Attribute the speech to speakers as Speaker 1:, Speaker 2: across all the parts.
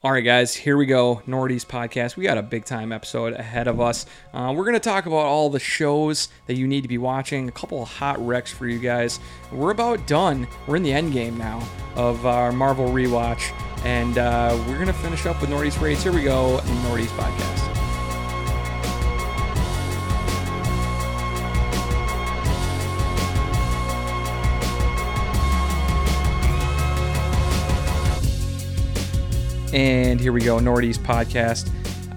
Speaker 1: All right, guys, here we go. Nordy's podcast. We got a big time episode ahead of us. Uh, we're going to talk about all the shows that you need to be watching, a couple of hot wrecks for you guys. We're about done. We're in the end game now of our Marvel rewatch, and uh, we're going to finish up with Nordy's Rates. Here we go, Nordy's podcast. And here we go, Nordy's podcast.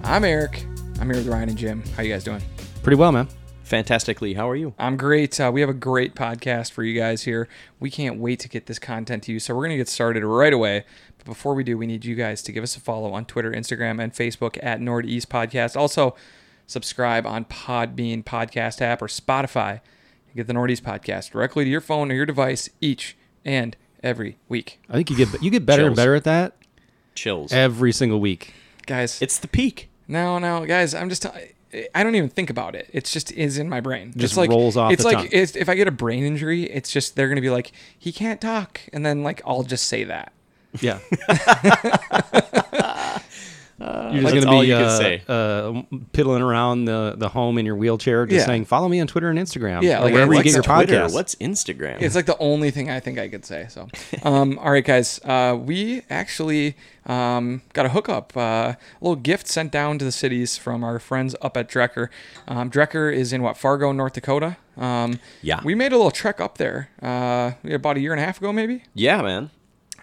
Speaker 1: I'm Eric. I'm here with Ryan and Jim. How you guys doing?
Speaker 2: Pretty well, man.
Speaker 3: Fantastically, how are you?
Speaker 1: I'm great. Uh, we have a great podcast for you guys here. We can't wait to get this content to you. So we're going to get started right away. But before we do, we need you guys to give us a follow on Twitter, Instagram, and Facebook at Nordeast Podcast. Also, subscribe on Podbean Podcast app or Spotify. and Get the Nordeast Podcast directly to your phone or your device each and every week.
Speaker 2: I think you get you get better and
Speaker 3: Chills.
Speaker 2: better at that
Speaker 3: Chills.
Speaker 2: every single week.
Speaker 1: Guys,
Speaker 3: it's the peak.
Speaker 1: No, no, guys, I'm just. I I don't even think about it. It's just is in my brain.
Speaker 2: Just
Speaker 1: it's like,
Speaker 2: rolls off
Speaker 1: It's
Speaker 2: the
Speaker 1: like
Speaker 2: tongue.
Speaker 1: it's, if I get a brain injury, it's just they're gonna be like, he can't talk, and then like I'll just say that.
Speaker 2: Yeah. You're
Speaker 3: That's
Speaker 2: just
Speaker 3: all
Speaker 2: gonna be
Speaker 3: you can
Speaker 2: uh,
Speaker 3: say.
Speaker 2: uh, piddling around the, the home in your wheelchair, just
Speaker 1: Yeah.
Speaker 2: saying, "Follow me on Twitter and Instagram."
Speaker 1: Yeah,
Speaker 2: or
Speaker 1: like,
Speaker 2: wherever you
Speaker 1: what's
Speaker 2: get your
Speaker 1: the
Speaker 3: Twitter?
Speaker 2: podcast.
Speaker 3: What's Instagram?
Speaker 1: It's like the only thing I think I could say. So, um, all right, guys, uh, we actually um, got a hookup, uh, a little gift sent down to the cities from our friends up at Drecker. Um, Drecker is in what Fargo, North Dakota. Um,
Speaker 3: Yeah.
Speaker 1: we made a little trek up there uh, about a year and a half ago, maybe.
Speaker 3: yeah, man.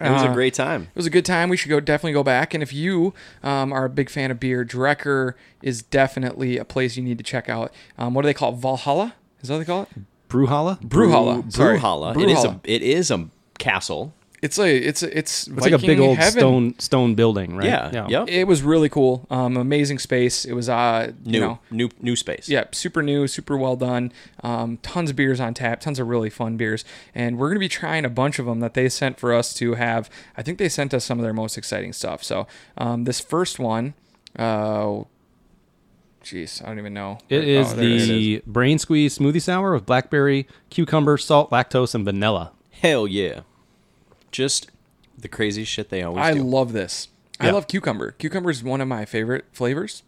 Speaker 3: It was
Speaker 1: Uh,
Speaker 3: a great time.
Speaker 1: It was a good time. We should go definitely go back. And if you um, are a big fan of beer, Drecker is definitely a place you need to check out. Um, what do they call it? Valhalla? Is that what they call it?
Speaker 2: Brewhalla?
Speaker 1: Brewhalla. sorry.
Speaker 3: Brewhalla. It is a
Speaker 1: Brewhalla.
Speaker 3: it is a castle.
Speaker 1: It's a. It's a, it's.
Speaker 2: It's like a big old
Speaker 1: heaven.
Speaker 2: stone stone building, right?
Speaker 3: Yeah. Yep.
Speaker 1: It was really cool. Um, amazing space. It was uh,
Speaker 3: New
Speaker 1: you know,
Speaker 3: new new space.
Speaker 1: yeah, super new, super well done. Um, tons of beers on tap, tons of really fun beers, and we're gonna be trying a bunch of them that they sent for us to have. I think they sent us some of their most exciting stuff. So um, this first one, uh, jeez, I don't even know.
Speaker 2: It is
Speaker 1: Oh, there it
Speaker 2: the brain squeeze smoothie sour with blackberry, cucumber, salt, lactose, and vanilla.
Speaker 3: Hell yeah. Just the crazy shit they always
Speaker 1: I
Speaker 3: do.
Speaker 1: love this. I
Speaker 2: Yeah.
Speaker 1: love cucumber. Cucumber is one of my favorite flavors.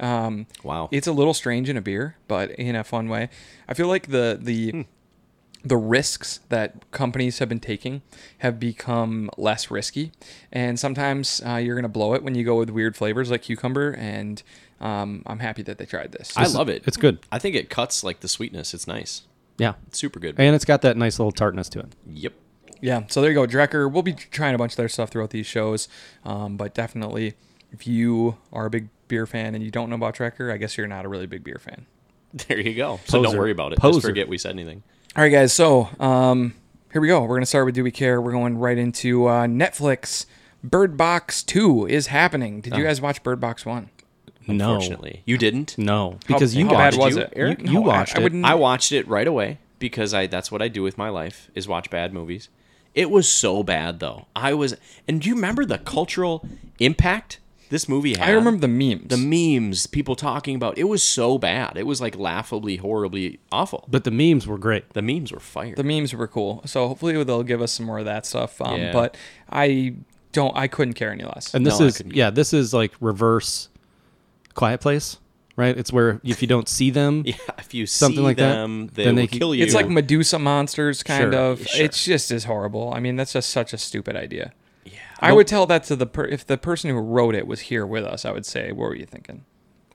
Speaker 3: wow.
Speaker 1: it's a little strange in a beer, but in a fun way. I feel like the the the risks that companies have been taking have become less risky, and sometimes uh, you're gonna blow it when you go with weird flavors like cucumber. And um, I'm happy that they tried this.
Speaker 3: I love it.
Speaker 2: It's good.
Speaker 3: I think it cuts like the sweetness. It's nice.
Speaker 2: Yeah.
Speaker 3: It's super good.
Speaker 2: And it's got that nice little tartness to it.
Speaker 3: yep.
Speaker 1: yeah, so there you go, Drecker. We'll be trying a bunch of their stuff throughout these shows, um, but definitely if you are a big beer fan and you don't know about Drecker, I guess you're not a really big beer fan.
Speaker 3: There you go. So don't
Speaker 2: Poser.
Speaker 3: worry about it. Just
Speaker 2: Poser.
Speaker 3: forget we said anything.
Speaker 1: All right, guys. So um, here we go. We're gonna start with Do We Care? We're going right into uh, Netflix. Bird Box Two is happening. Did you guys watch Bird Box One?
Speaker 3: Unfortunately. You didn't.
Speaker 2: No. No. Because you
Speaker 1: how
Speaker 2: watched
Speaker 1: bad was
Speaker 3: you-
Speaker 1: it, Eric?
Speaker 2: you- you watched
Speaker 1: I, I
Speaker 2: it.
Speaker 1: wouldn't.
Speaker 3: I watched it right away because I that's what I do with my life is watch bad movies. It was so bad though. I was and do you remember the cultural impact this movie had?
Speaker 1: I remember the memes.
Speaker 3: the memes, people talking about it was so bad. It was like laughably, horribly awful.
Speaker 2: But the memes were great.
Speaker 3: the memes were fired.
Speaker 1: the memes were cool. So hopefully they'll give us some more of that stuff. Um,
Speaker 3: Yeah.
Speaker 1: But I don't. I couldn't care any less.
Speaker 2: And this
Speaker 3: No, I
Speaker 2: is
Speaker 3: couldn't-
Speaker 2: yeah, this is like reverse quiet place, right? It's where if you don't see them,
Speaker 3: yeah, if you
Speaker 2: Something
Speaker 3: see
Speaker 2: like that,
Speaker 3: them, they
Speaker 2: then they
Speaker 3: will
Speaker 2: can-
Speaker 3: kill you.
Speaker 1: it's like Medusa monsters, kind
Speaker 2: Sure,
Speaker 1: of.
Speaker 3: sure.
Speaker 1: It's just as horrible. I mean, that's just such a stupid idea. Yeah. I would tell that to the per- if the person who wrote it was here with us. I would say, what were you thinking?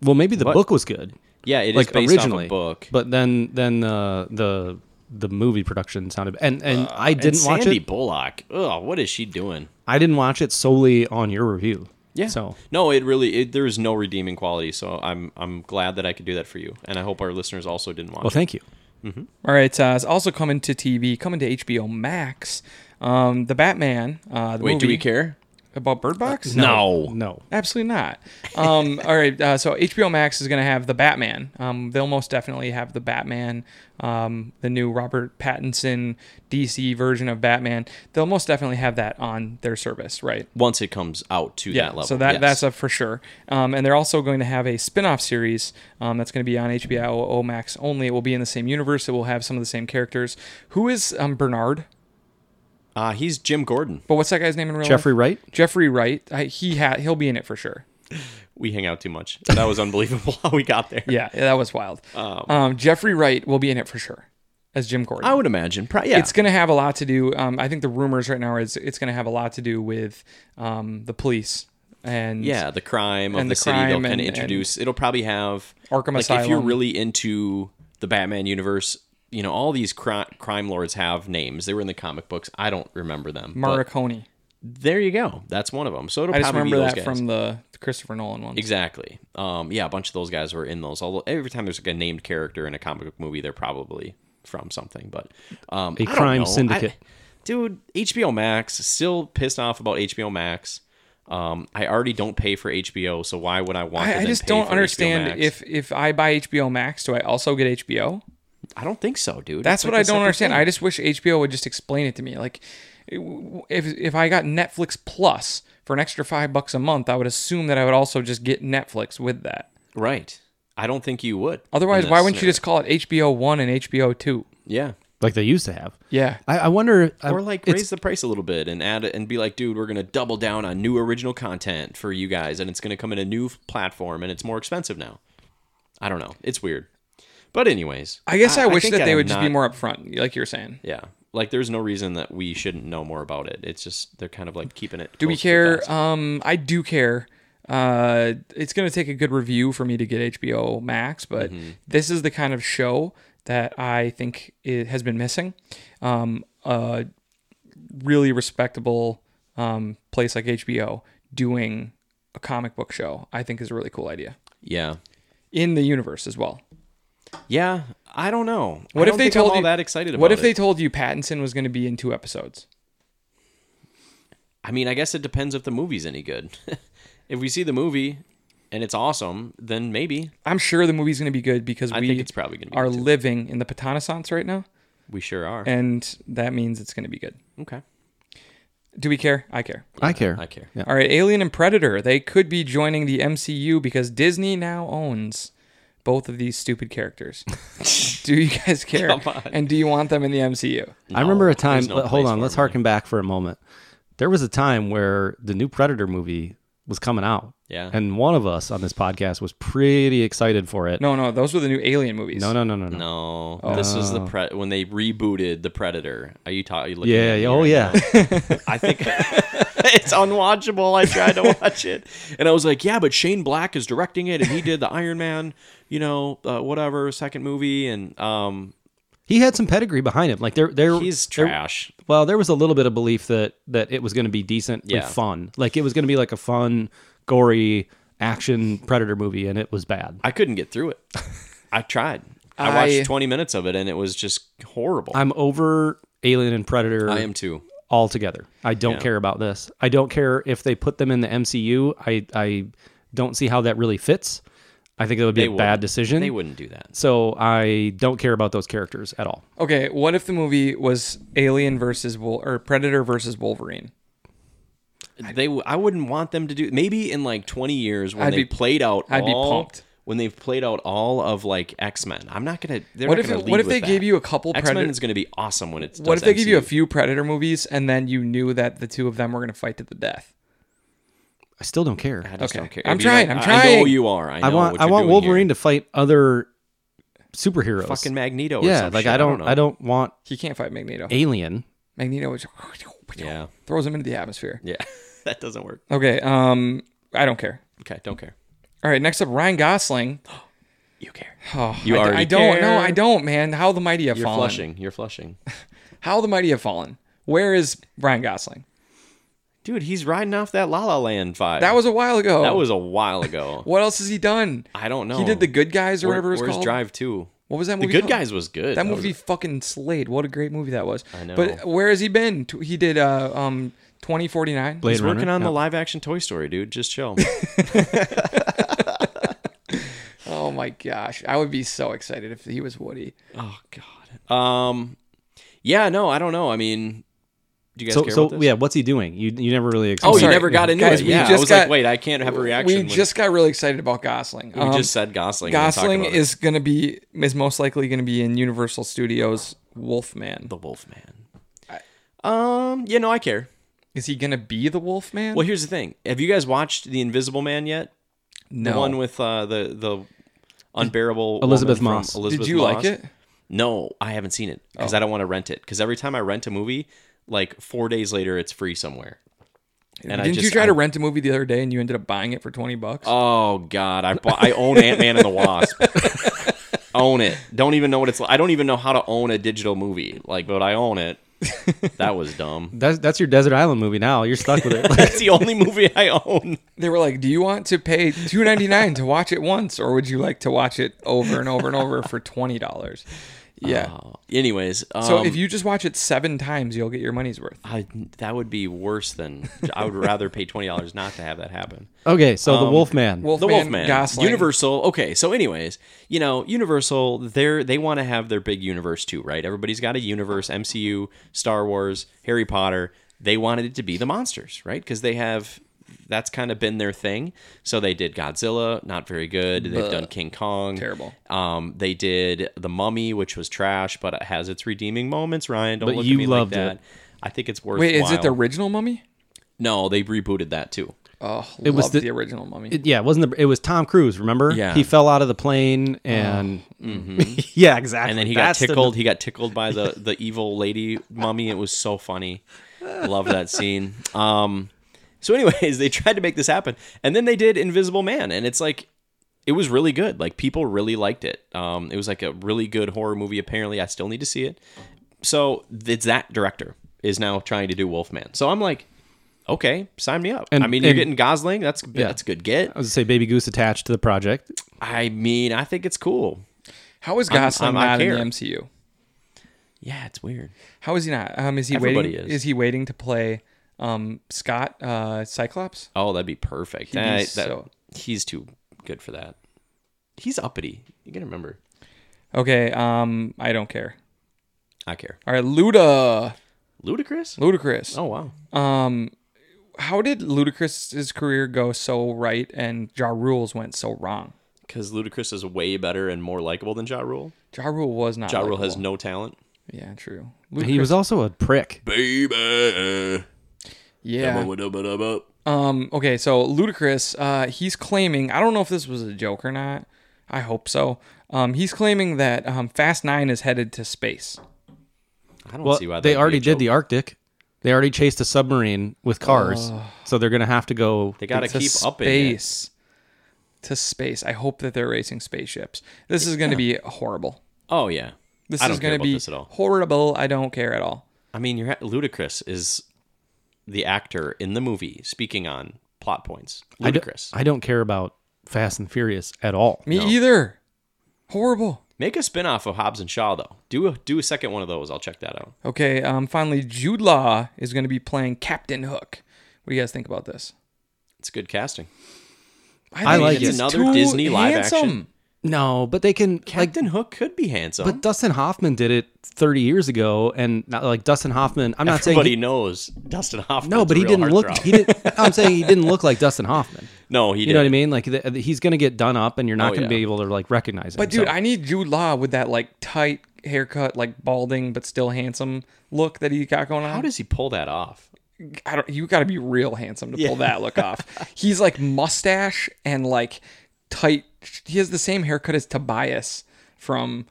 Speaker 2: well maybe the
Speaker 3: What?
Speaker 2: book was good.
Speaker 3: yeah, it is
Speaker 2: like
Speaker 3: based
Speaker 2: originally.
Speaker 3: off a book.
Speaker 2: But then then uh, the the movie production sounded and and I
Speaker 3: Uh, And
Speaker 2: didn't watch
Speaker 3: Sandy
Speaker 2: it.
Speaker 3: Bullock. Oh, what is she doing?
Speaker 2: I didn't watch it solely on your review.
Speaker 3: Yeah.
Speaker 2: So
Speaker 3: no, it really it, there is no redeeming quality. So I'm I'm glad that I could do that for you, and I hope our listeners also didn't watch.
Speaker 2: well
Speaker 3: it.
Speaker 2: thank you.
Speaker 1: All right, uh, it's also coming to TV, coming to HBO Max. Um, the Batman. Uh, the
Speaker 3: Wait, do
Speaker 1: movie
Speaker 3: we care? Uh,
Speaker 1: about Bird Box?
Speaker 3: No.
Speaker 2: No.
Speaker 1: Absolutely not. Um, all right, uh, so HBO Max is going to have the Batman. Um, they'll most definitely have the Batman, um, the new Robert Pattinson DC version of Batman. They'll most definitely have that on their service, right?
Speaker 3: Once it comes out to that level.
Speaker 1: So that
Speaker 3: yes.
Speaker 1: that's a for sure. Um, and they're also going to have a spin-off series um, that's going to be on HBO Max only. It will be in the same universe. It will have some of the same characters. Who is um, Bernard?
Speaker 3: Uh, he's Jim Gordon.
Speaker 1: But what's that guy's name in real
Speaker 2: Jeffrey
Speaker 1: life?
Speaker 2: Wright.
Speaker 1: Jeffrey Wright. I, he ha- he'll be in it for sure.
Speaker 3: We hang out too much. That was unbelievable how we got there.
Speaker 1: Yeah, that was wild. um, Jeffrey Wright will be in it for sure as Jim Gordon.
Speaker 3: I would imagine. Pro- Oh, yeah.
Speaker 1: It's going to have a lot to do. Um, I think the rumors right now is it's going to have a lot to do with um, the police and
Speaker 3: yeah, the crime of
Speaker 1: And
Speaker 3: the,
Speaker 1: the
Speaker 3: city.
Speaker 1: crime
Speaker 3: They'll
Speaker 1: and-
Speaker 3: kind of introduce. it'll probably have
Speaker 1: Arkham
Speaker 3: like if you're
Speaker 1: Asylum.
Speaker 3: really into the Batman universe. You know, all these cri- crime lords have names. They were in the comic books. I don't remember them. but
Speaker 1: Maricone.
Speaker 3: there you go. That's one of them. So it'll
Speaker 1: I just
Speaker 3: probably
Speaker 1: remember
Speaker 3: be those
Speaker 1: that
Speaker 3: guys.
Speaker 1: from the Christopher Nolan one.
Speaker 3: Exactly. Um, yeah, a bunch of those guys were in those. Although every time there's like a named character in a comic book movie, they're probably from something. But um,
Speaker 2: A
Speaker 3: I don't
Speaker 2: crime
Speaker 3: know.
Speaker 2: syndicate.
Speaker 3: I- dude, HBO Max still pissed off about HBO Max. Um, I already don't pay for HBO, so why would I want? to
Speaker 1: I, I
Speaker 3: then
Speaker 1: just
Speaker 3: pay
Speaker 1: don't
Speaker 3: for HBO
Speaker 1: understand
Speaker 3: Max?
Speaker 1: if if I buy HBO Max, do I also get HBO?
Speaker 3: I don't think so, dude.
Speaker 1: That's
Speaker 3: It's
Speaker 1: what
Speaker 3: like
Speaker 1: I
Speaker 3: a
Speaker 1: don't
Speaker 3: separate
Speaker 1: understand.
Speaker 3: thing.
Speaker 1: I just wish HBO would just explain it to me. Like, it- w- if if I got Netflix Plus for an extra five bucks a month, I would assume that I would also just get Netflix with that.
Speaker 3: right. I don't think you would.
Speaker 1: Otherwise,
Speaker 3: in
Speaker 1: why
Speaker 3: this
Speaker 1: wouldn't you just call it HBO One and HBO Two?
Speaker 3: scenario. Yeah.
Speaker 2: like they used to have.
Speaker 1: Yeah,
Speaker 2: I, I wonder. I-
Speaker 1: Um,
Speaker 3: Or like
Speaker 2: it's-
Speaker 3: raise the price a little bit and add it and be like, dude, we're gonna double down on new original content for you guys, and it's gonna come in a new f- platform, and it's more expensive now. I don't know. It's weird, but anyways,
Speaker 1: I guess I, wish
Speaker 3: think
Speaker 1: that they
Speaker 3: am
Speaker 1: would just be
Speaker 3: not-
Speaker 1: more upfront, like you're saying.
Speaker 3: Yeah, like there's no reason that we shouldn't know more about it. It's just they're kind of like keeping it.
Speaker 1: Do we
Speaker 3: close to the
Speaker 1: care?
Speaker 3: vest.
Speaker 1: Um, I do care. Uh, it's gonna take a good review for me to get HBO Max, but
Speaker 3: Mm-hmm.
Speaker 1: this is the kind of show that I think it has been missing. Um, a really respectable um, place like HBO doing a comic book show, I think, is a really cool idea
Speaker 3: yeah,
Speaker 1: in the universe as well.
Speaker 3: yeah. I don't know. I
Speaker 1: What if
Speaker 3: don't
Speaker 1: they
Speaker 3: think
Speaker 1: told
Speaker 3: I'm all
Speaker 1: you
Speaker 3: that excited? About
Speaker 1: What if
Speaker 3: it.
Speaker 1: they told you Pattinson was going to be in two episodes?
Speaker 3: I mean, I guess it depends if the movie's any good. if we see the movie and it's awesome, then maybe
Speaker 1: I'm sure the movie's going to be good because
Speaker 3: I
Speaker 1: we
Speaker 3: think it's probably gonna be
Speaker 1: are
Speaker 3: good, too.
Speaker 1: living in the Patanaissance right now,
Speaker 3: we sure are.
Speaker 1: and that means it's going to be good.
Speaker 3: okay,
Speaker 1: Do we care? I care.
Speaker 2: I care.
Speaker 3: I care.
Speaker 2: Yeah.
Speaker 1: All right, Alien and Predator. They could be joining the MCU because Disney now owns both of these stupid characters. do you guys care?
Speaker 3: Come on.
Speaker 1: And do you want them in the MCU?
Speaker 2: I remember a time.
Speaker 3: there's no
Speaker 2: but hold
Speaker 3: place
Speaker 2: on,
Speaker 3: for
Speaker 2: let's
Speaker 3: him, man.
Speaker 2: harken back for a moment. There was a time where the new Predator movie was coming out.
Speaker 3: Yeah.
Speaker 2: And one of us on this podcast was pretty excited for it.
Speaker 1: No, no, those were the new Alien movies.
Speaker 2: no, no, no, no. no.
Speaker 3: No,
Speaker 2: Oh.
Speaker 3: this was the pre- when they rebooted the Predator. Are you talking? looking
Speaker 2: Yeah.
Speaker 3: at me
Speaker 2: yeah, Oh,
Speaker 3: right
Speaker 2: yeah.
Speaker 3: now? I think it's unwatchable. I tried to watch it, and I was like, "Yeah, but Shane Black is directing it, and he did the Iron Man, you know, uh, whatever second movie." And um,
Speaker 2: he had some pedigree behind him. Like there, there.
Speaker 3: he's
Speaker 2: there-
Speaker 3: trash.
Speaker 2: well, there was a little bit of belief that that it was going to be decent
Speaker 3: Yeah.
Speaker 2: and fun. Like it was going to be like a fun, gory action Predator movie, and it was bad.
Speaker 3: I couldn't get through it. I tried. I,
Speaker 1: I-
Speaker 3: watched 20 minutes of it, and it was just horrible.
Speaker 2: I'm over Alien and Predator.
Speaker 3: I am too.
Speaker 2: altogether. I don't
Speaker 3: Yeah.
Speaker 2: care about this. I don't care if they put them in the MCU. I I don't see how that really fits. I think that would be
Speaker 3: They
Speaker 2: a
Speaker 3: wouldn't.
Speaker 2: bad decision.
Speaker 3: They wouldn't do that.
Speaker 2: So I don't care about those characters at all.
Speaker 1: Okay, what if the movie was Alien versus Wol- or Predator versus Wolverine?
Speaker 3: they w- I wouldn't want them to do maybe in like 20 years when
Speaker 1: I'd
Speaker 3: they
Speaker 1: be-
Speaker 3: played out
Speaker 1: I'd be
Speaker 3: all,
Speaker 1: pumped.
Speaker 3: when they've played out all of like X-Men. I'm not going to they're
Speaker 1: What
Speaker 3: not
Speaker 1: if
Speaker 3: gonna
Speaker 1: it-
Speaker 3: lead
Speaker 1: what if
Speaker 3: with
Speaker 1: they
Speaker 3: that.
Speaker 1: gave you a couple
Speaker 3: X-Men
Speaker 1: Predator-
Speaker 3: is going to be awesome when it's
Speaker 1: What if they give you a
Speaker 3: MCU.
Speaker 1: few Predator movies and then you knew that the two of them were going to fight to the death?
Speaker 2: I still don't care.
Speaker 3: I just
Speaker 1: Okay.
Speaker 3: don't care.
Speaker 1: I'm
Speaker 3: It'd be like-
Speaker 1: trying, I'm
Speaker 3: I know
Speaker 1: trying.
Speaker 3: you are. I, know
Speaker 2: I want
Speaker 3: what
Speaker 2: I
Speaker 3: you're
Speaker 2: want
Speaker 3: doing
Speaker 2: Wolverine to fight other superheroes.
Speaker 3: here. fucking Magneto or
Speaker 2: yeah,
Speaker 3: some
Speaker 2: like
Speaker 3: shit.
Speaker 2: I don't
Speaker 3: know.
Speaker 2: I don't want
Speaker 1: He can't fight Magneto.
Speaker 2: Alien.
Speaker 1: Magneto is
Speaker 3: Yeah.
Speaker 1: throws him into the atmosphere.
Speaker 3: Yeah. that doesn't work.
Speaker 1: Okay, um I don't care.
Speaker 3: Okay, don't care.
Speaker 1: All right, next up Ryan Gosling.
Speaker 3: You care.
Speaker 1: Oh,
Speaker 3: You
Speaker 1: I,
Speaker 3: already
Speaker 1: I don't no,
Speaker 3: care.
Speaker 1: I don't, man. How the mighty have
Speaker 3: You're
Speaker 1: fallen.
Speaker 3: flushing. You're flushing.
Speaker 1: How the mighty have fallen. Where is Ryan Gosling?
Speaker 3: Dude, he's riding off that La La Land vibe.
Speaker 1: That was a while ago.
Speaker 3: That was a while ago.
Speaker 1: What else has he done?
Speaker 3: I don't know.
Speaker 1: He did The Good Guys or
Speaker 3: Where-
Speaker 1: whatever it was
Speaker 3: Where's
Speaker 1: called.
Speaker 3: Drive 2?
Speaker 1: What was that
Speaker 3: The
Speaker 1: movie?
Speaker 3: Good
Speaker 1: called?
Speaker 3: Guys was good.
Speaker 1: That
Speaker 3: was
Speaker 1: movie fucking slayed. What a great movie that was. I
Speaker 3: know.
Speaker 1: But where has he been? Tw- He did uh um 2049.
Speaker 2: Blade
Speaker 3: He's
Speaker 2: Runner.
Speaker 3: working on
Speaker 2: Yeah.
Speaker 3: the live action Toy Story, dude. Just chill.
Speaker 1: Oh my gosh. I would be so excited if he was Woody.
Speaker 3: oh god. Um, yeah, no, I don't know. I mean, do you guys
Speaker 2: So
Speaker 3: care
Speaker 2: so
Speaker 3: about this?
Speaker 2: yeah, what's he doing? You you never really
Speaker 3: Oh,
Speaker 2: explained.
Speaker 3: you
Speaker 1: sorry.
Speaker 3: never got into
Speaker 1: Guys,
Speaker 3: it.
Speaker 1: we
Speaker 3: Yeah, I
Speaker 1: just
Speaker 3: was
Speaker 1: got-
Speaker 3: like, wait, I can't have a reaction.
Speaker 1: We
Speaker 3: when-
Speaker 1: just got really excited about Gosling.
Speaker 3: we just said Gosling. and talked
Speaker 1: Gosling
Speaker 3: about it.
Speaker 1: is going to be is most likely going to be in Universal Studios Wolfman.
Speaker 3: the Wolfman. Um, yeah, no, I care.
Speaker 1: Is he gonna be the Wolfman?
Speaker 3: Well, here's the thing. Have you guys watched The Invisible Man yet?
Speaker 1: no.
Speaker 3: The one with uh, the the unbearable
Speaker 2: Elizabeth
Speaker 3: woman from
Speaker 2: Moss. Did
Speaker 1: Did
Speaker 3: Elizabeth
Speaker 1: you
Speaker 3: Moss.
Speaker 1: like it?
Speaker 3: No, I haven't seen it
Speaker 1: Oh.
Speaker 3: because I don't want to rent it. Because every time I rent a movie, like four days later, it's free somewhere. And I
Speaker 1: Didn't you
Speaker 3: just-
Speaker 1: try
Speaker 3: I-
Speaker 1: to rent a movie the other day and you ended up buying it for twenty bucks?
Speaker 3: Oh God, I bought, I own Ant Man and the Wasp. own it. Don't even know what it's like. I don't even know how to own a digital movie. Like, but I own it. That was dumb.
Speaker 2: That's that's your desert island movie now. You're stuck with it. Like,
Speaker 3: That's the only movie I own.
Speaker 1: they were like, "Do you want to pay two ninety nine to watch it once, or would you like to watch it over and over and over for twenty dollars?" Yeah.
Speaker 3: Oh, anyways, um,
Speaker 1: so if you just watch it seven times, you'll get your money's worth.
Speaker 3: I, that would be worse than I would rather pay twenty dollars not to have that happen.
Speaker 2: okay, so
Speaker 3: Um,
Speaker 2: the Wolfman.
Speaker 1: Wolfman,
Speaker 3: the Wolfman,
Speaker 1: Gosling.
Speaker 3: Universal. Okay, so anyways, you know, Universal, they're they want to have their big universe too, right? Everybody's got a universe: MCU, Star Wars, Harry Potter. They wanted it to be the monsters, right? Because they have that's kind of been their thing. So they did Godzilla, not very good. They've done King Kong,
Speaker 1: Terrible.
Speaker 3: Um, they did The Mummy, which was trash, but it has its redeeming moments. Ryan, don't
Speaker 2: But
Speaker 3: look
Speaker 2: you
Speaker 3: at me
Speaker 2: loved it.
Speaker 3: like that. I think it's worth.
Speaker 1: Wait, is it the original Mummy?
Speaker 3: no? They rebooted that too.
Speaker 1: Oh,
Speaker 2: It was
Speaker 1: love the,
Speaker 2: the-
Speaker 1: original Mummy.
Speaker 2: It- yeah, it wasn't the, it was Tom Cruise? Remember?
Speaker 3: Yeah. Oh, mm-hmm.
Speaker 2: he fell out of the plane and yeah, exactly.
Speaker 3: and then he
Speaker 2: That's
Speaker 3: got
Speaker 2: the-
Speaker 3: tickled. He got tickled by the the evil lady mummy. It was so funny. Love that scene. Um, so, anyways, they tried to make this happen, and then they did Invisible Man, and it's like it was really good. Like people really liked it. Um, it was like a really good horror movie. Apparently, I still need to see it. So it's that director is now trying to do Wolfman. So I'm like, okay, sign me up.
Speaker 2: And-
Speaker 3: I mean, you're
Speaker 2: and-
Speaker 3: getting Gosling. That's that's a good get.
Speaker 2: I was gonna say Baby Goose attached to the project.
Speaker 3: I mean, I think it's cool.
Speaker 1: How is Gosling
Speaker 3: I'm- I
Speaker 1: not in
Speaker 3: care.
Speaker 1: the MCU?
Speaker 3: Yeah, it's weird.
Speaker 1: How is he not? Um, is he
Speaker 3: Everybody
Speaker 1: waiting?
Speaker 3: is.
Speaker 1: Is. he waiting to play um, Scott uh, Cyclops?
Speaker 3: Oh, that'd be perfect.
Speaker 1: He'd be
Speaker 3: Eh, that-
Speaker 1: so-
Speaker 3: He's too good for that. He's uppity. You can remember.
Speaker 1: Okay, um, I don't care.
Speaker 3: I care.
Speaker 1: All right, Luda,
Speaker 3: Ludicrous?
Speaker 1: Ludacris.
Speaker 3: Oh wow.
Speaker 1: Um, how did Ludacris's career go so right and Ja Rule's went so wrong?
Speaker 3: Because Ludacris is way better and more likable than Ja Rule.
Speaker 1: Ja Rule was not.
Speaker 3: Ja Rule has
Speaker 1: likable.
Speaker 3: no talent.
Speaker 1: Yeah, true.
Speaker 2: He was also a prick.
Speaker 3: Baby.
Speaker 1: Yeah.
Speaker 3: Well,
Speaker 1: Um. Okay. So Ludacris, uh, he's claiming. I don't know if this was a joke or not. I hope so. Um, he's claiming that um, Fast Nine is headed to space.
Speaker 3: I don't
Speaker 2: Well,
Speaker 3: see why
Speaker 2: they
Speaker 3: that'd be
Speaker 2: already
Speaker 3: a
Speaker 2: did
Speaker 3: joke.
Speaker 2: the Arctic. They already chased a submarine with cars, so they're gonna have to go.
Speaker 3: Oh. They got to
Speaker 1: to
Speaker 3: keep
Speaker 1: space.
Speaker 3: up in it.
Speaker 1: To space. I hope that they're racing spaceships. This is going to be horrible.
Speaker 3: Oh yeah.
Speaker 1: This
Speaker 3: I don't
Speaker 1: is
Speaker 3: care
Speaker 1: going to
Speaker 3: about
Speaker 1: be
Speaker 3: this at all.
Speaker 1: horrible. I don't care at all.
Speaker 3: I mean, you're Ludacris is the actor in the movie speaking on plot points.
Speaker 2: I don't-
Speaker 3: Ludacris,
Speaker 2: I don't care about Fast and Furious at all.
Speaker 1: Me either. Horrible.
Speaker 3: make a spin-off of Hobbs and Shaw though. Do a do a second one of those. I'll check that out.
Speaker 1: Okay, um, finally, Jude Law is going to be playing Captain Hook. What do you guys think about this?
Speaker 3: It's good casting.
Speaker 2: I
Speaker 1: think
Speaker 2: like
Speaker 1: he's
Speaker 2: it.
Speaker 3: Another
Speaker 1: too
Speaker 3: Disney live action.
Speaker 2: No, but they can like
Speaker 3: Captain Hook could be handsome.
Speaker 2: But Dustin Hoffman did it 30 years ago, and not, like Dustin Hoffman, I'm not
Speaker 3: Everybody
Speaker 2: saying
Speaker 3: knows Dustin Hoffman.
Speaker 2: he, no, but he didn't look. He didn't. no, I'm saying he didn't look like Dustin Hoffman.
Speaker 3: no, he
Speaker 2: You
Speaker 3: didn't.
Speaker 2: know what I mean? Like the, the- he's gonna get done up, and you're not
Speaker 3: Oh,
Speaker 2: gonna
Speaker 3: yeah.
Speaker 2: be able to like recognize him.
Speaker 1: But dude,
Speaker 2: so-
Speaker 1: I need Jude Law with that like tight haircut, like balding but still handsome look that he got going on.
Speaker 3: How does he pull that off?
Speaker 1: I don't, you got to be real handsome to pull that look off. He's like mustache and like tight. He has the same haircut as Tobias from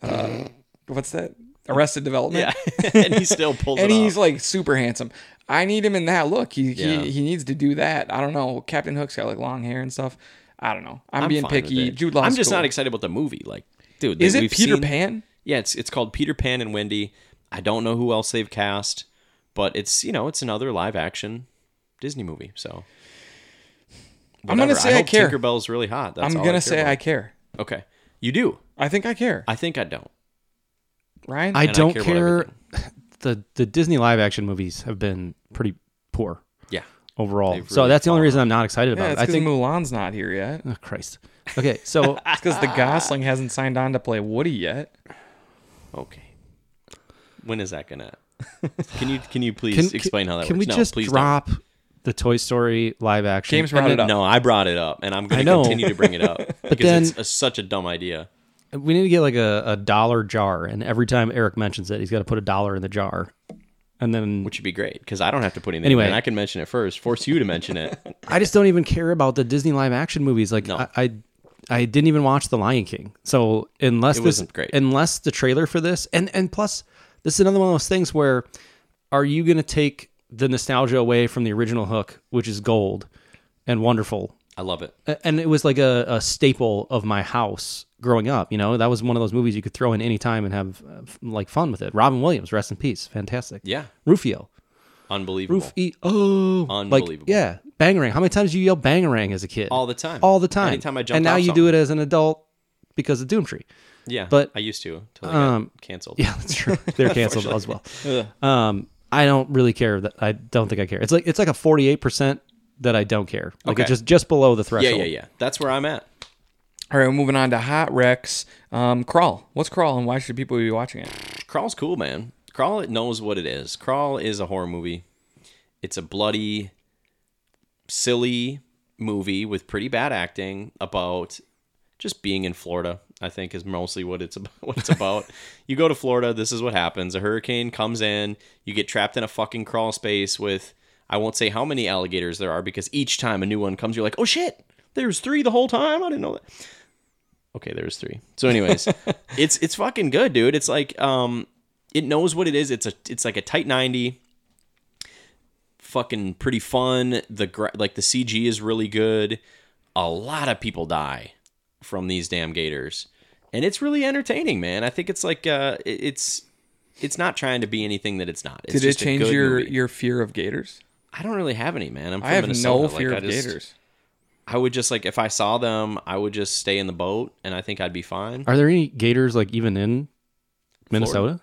Speaker 1: uh, what's that? Arrested Development.
Speaker 3: Yeah, and he still pulls
Speaker 1: and
Speaker 3: it
Speaker 1: he's
Speaker 3: off.
Speaker 1: like super handsome. I need him in that look. He,
Speaker 3: Yeah.
Speaker 1: he he needs to do that. I don't know. Captain Hook's got like long hair and stuff. I don't know. I'm,
Speaker 3: I'm
Speaker 1: being
Speaker 3: fine with
Speaker 1: picky.
Speaker 3: it.
Speaker 1: Jude Law's
Speaker 3: I'm just
Speaker 1: cool.
Speaker 3: not excited about the movie. Like, dude,
Speaker 1: Is it
Speaker 3: we've
Speaker 1: Peter
Speaker 3: seen-
Speaker 1: Pan?
Speaker 3: Yeah, it's it's called Peter Pan and Wendy. I don't know who else they've cast, but it's you know it's another live action Disney movie. So
Speaker 1: I'm gonna
Speaker 3: Whatever.
Speaker 1: say I,
Speaker 3: hope
Speaker 1: care.
Speaker 3: Tinkerbell's really hot. That's
Speaker 1: I'm
Speaker 3: all
Speaker 1: gonna
Speaker 3: I care
Speaker 1: say
Speaker 3: about.
Speaker 1: I care.
Speaker 3: okay. You do.
Speaker 1: I think I care.
Speaker 3: I think I don't.
Speaker 1: Ryan,
Speaker 2: I
Speaker 3: I
Speaker 2: don't
Speaker 3: care about
Speaker 2: care. The the Disney live action movies have been pretty poor
Speaker 3: Yeah.
Speaker 2: overall,
Speaker 3: They've
Speaker 2: so
Speaker 3: really
Speaker 2: that's the only reason I'm not excited
Speaker 1: yeah,
Speaker 2: about
Speaker 1: it's
Speaker 2: it. I
Speaker 1: 'cause
Speaker 2: think.
Speaker 1: Mulan's not here yet.
Speaker 2: Oh, Christ. Okay, so
Speaker 1: It's because the Gosling hasn't signed on to play Woody yet.
Speaker 3: Okay. When is that gonna? Can you can you please
Speaker 2: can
Speaker 3: explain how that
Speaker 2: can
Speaker 3: works?
Speaker 2: we just
Speaker 3: please don't.
Speaker 2: drop the Toy Story live action?
Speaker 1: James brought it up.
Speaker 3: No, I brought it up, and I'm
Speaker 2: I
Speaker 3: going to
Speaker 2: know.
Speaker 3: continue to bring it up because
Speaker 2: then-
Speaker 3: it's a, such a dumb idea.
Speaker 2: We need to get like a, a dollar jar, and every time Eric mentions it, he's got to put a dollar in the jar. and then
Speaker 3: which would be great because I don't have to put anything.
Speaker 2: Anyway.
Speaker 3: in. I can mention it first. Force you to mention it.
Speaker 2: I just don't even care about the Disney live action movies. Like
Speaker 3: No.
Speaker 2: I, I, I didn't even watch The Lion King. So unless this,
Speaker 3: wasn't great.
Speaker 2: unless the trailer for this, and and plus, this is another one of those things where, are you going to take the nostalgia away from the original Hook, which is gold and wonderful,
Speaker 3: I love it.
Speaker 2: A- and it was like a, a staple of my house growing up. You know, that was one of those movies you could throw in any time and have uh, f- like fun with it. Robin Williams, rest in peace, fantastic.
Speaker 3: Yeah,
Speaker 2: Rufio.
Speaker 3: unbelievable.
Speaker 2: Roof E oh
Speaker 3: Unbelievable.
Speaker 2: Like, yeah. Bangarang. How many times do you yell bangarang as a kid?
Speaker 3: All the time.
Speaker 2: All the time.
Speaker 3: Anytime I jumped
Speaker 2: And now
Speaker 3: off
Speaker 2: you do
Speaker 3: something.
Speaker 2: it as an adult because of Doomtree.
Speaker 3: Yeah,
Speaker 2: but,
Speaker 3: I used to until I
Speaker 2: um,
Speaker 3: got canceled.
Speaker 2: Yeah, that's true. They're canceled as well. Um I don't really care that I don't think I care. It's like it's like a forty eight percent that I don't care. Like
Speaker 3: Okay.
Speaker 2: it's just just below the
Speaker 3: yeah,
Speaker 2: threshold.
Speaker 3: yeah, yeah. That's where I'm at.
Speaker 1: All right, we're moving on to Hot Rex. Um, Crawl. What's Crawl and why should people be watching it?
Speaker 3: Crawl's cool, man. Crawl it knows what it is. Crawl is a horror movie. It's a bloody, silly movie with pretty bad acting about just being in Florida. I think is mostly what it's about. What it's about. you go to Florida. This is what happens. A hurricane comes in. You get trapped in a fucking crawl space with I won't say how many alligators there are because each time a new one comes, you're like, oh shit, there's three the whole time. I didn't know that. Okay, there's three. So, anyways, it's it's fucking good, dude. It's like um, it knows what it is. It's a it's like a tight ninety. Fucking pretty fun. The gra- like the CG is really good. A lot of people die from these damn gators, and it's really entertaining, man. I think it's like uh, it- it's it's not trying to be anything that it's not. It's
Speaker 1: Did it
Speaker 3: just a
Speaker 1: change
Speaker 3: good
Speaker 1: your
Speaker 3: movie.
Speaker 1: your fear of gators?
Speaker 3: I don't really have any, man. I'm from
Speaker 1: I have
Speaker 3: Minnesota.
Speaker 1: no
Speaker 3: Like,
Speaker 1: fear
Speaker 3: I
Speaker 1: of
Speaker 3: just-
Speaker 1: gators.
Speaker 3: I would just like if I saw them, I would just stay in the boat, and I think I'd be fine.
Speaker 2: Are there any gators like even in Minnesota?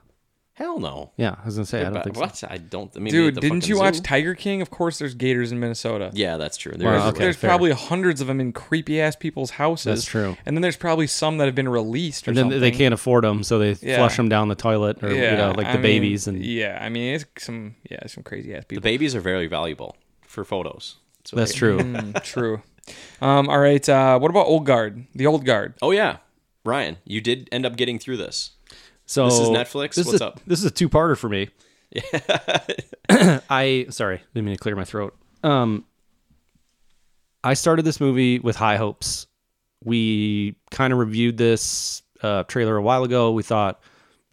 Speaker 3: Hell no.
Speaker 2: Yeah, I was gonna say I don't
Speaker 3: But
Speaker 2: think so.
Speaker 3: what? I don't. I mean,
Speaker 1: Dude,
Speaker 3: the
Speaker 1: didn't
Speaker 3: fucking
Speaker 1: you watch
Speaker 3: zoo?
Speaker 1: Tiger King? Of course, there's gators in Minnesota.
Speaker 3: yeah, Oh, that's true. There
Speaker 2: Wow,
Speaker 3: is a
Speaker 1: There's,
Speaker 2: okay.
Speaker 3: way.
Speaker 1: there's
Speaker 2: fair.
Speaker 1: probably hundreds of them in creepy ass people's houses.
Speaker 2: That's true.
Speaker 1: And then there's probably some that have been released or
Speaker 2: And then
Speaker 1: something.
Speaker 2: they can't afford them, so they
Speaker 1: Yeah.
Speaker 2: flush them down the toilet, or you know, like
Speaker 1: I
Speaker 2: the
Speaker 1: mean,
Speaker 2: babies, and
Speaker 1: yeah, I mean it's some yeah some crazy ass
Speaker 3: The
Speaker 1: people.
Speaker 3: babies are very valuable for photos. what
Speaker 2: that's
Speaker 3: they-
Speaker 2: true.
Speaker 1: Mm, true. Um, all right. Uh, what about old guard? The old guard.
Speaker 3: Oh yeah, Ryan, you did end up getting through this.
Speaker 2: So
Speaker 3: This is Netflix?
Speaker 2: This is
Speaker 3: What's
Speaker 2: a,
Speaker 3: up?
Speaker 2: This is a two-parter for me. I sorry, didn't mean to clear my throat. Um, I started this movie with high hopes. We kind of reviewed this uh, trailer a while ago. We thought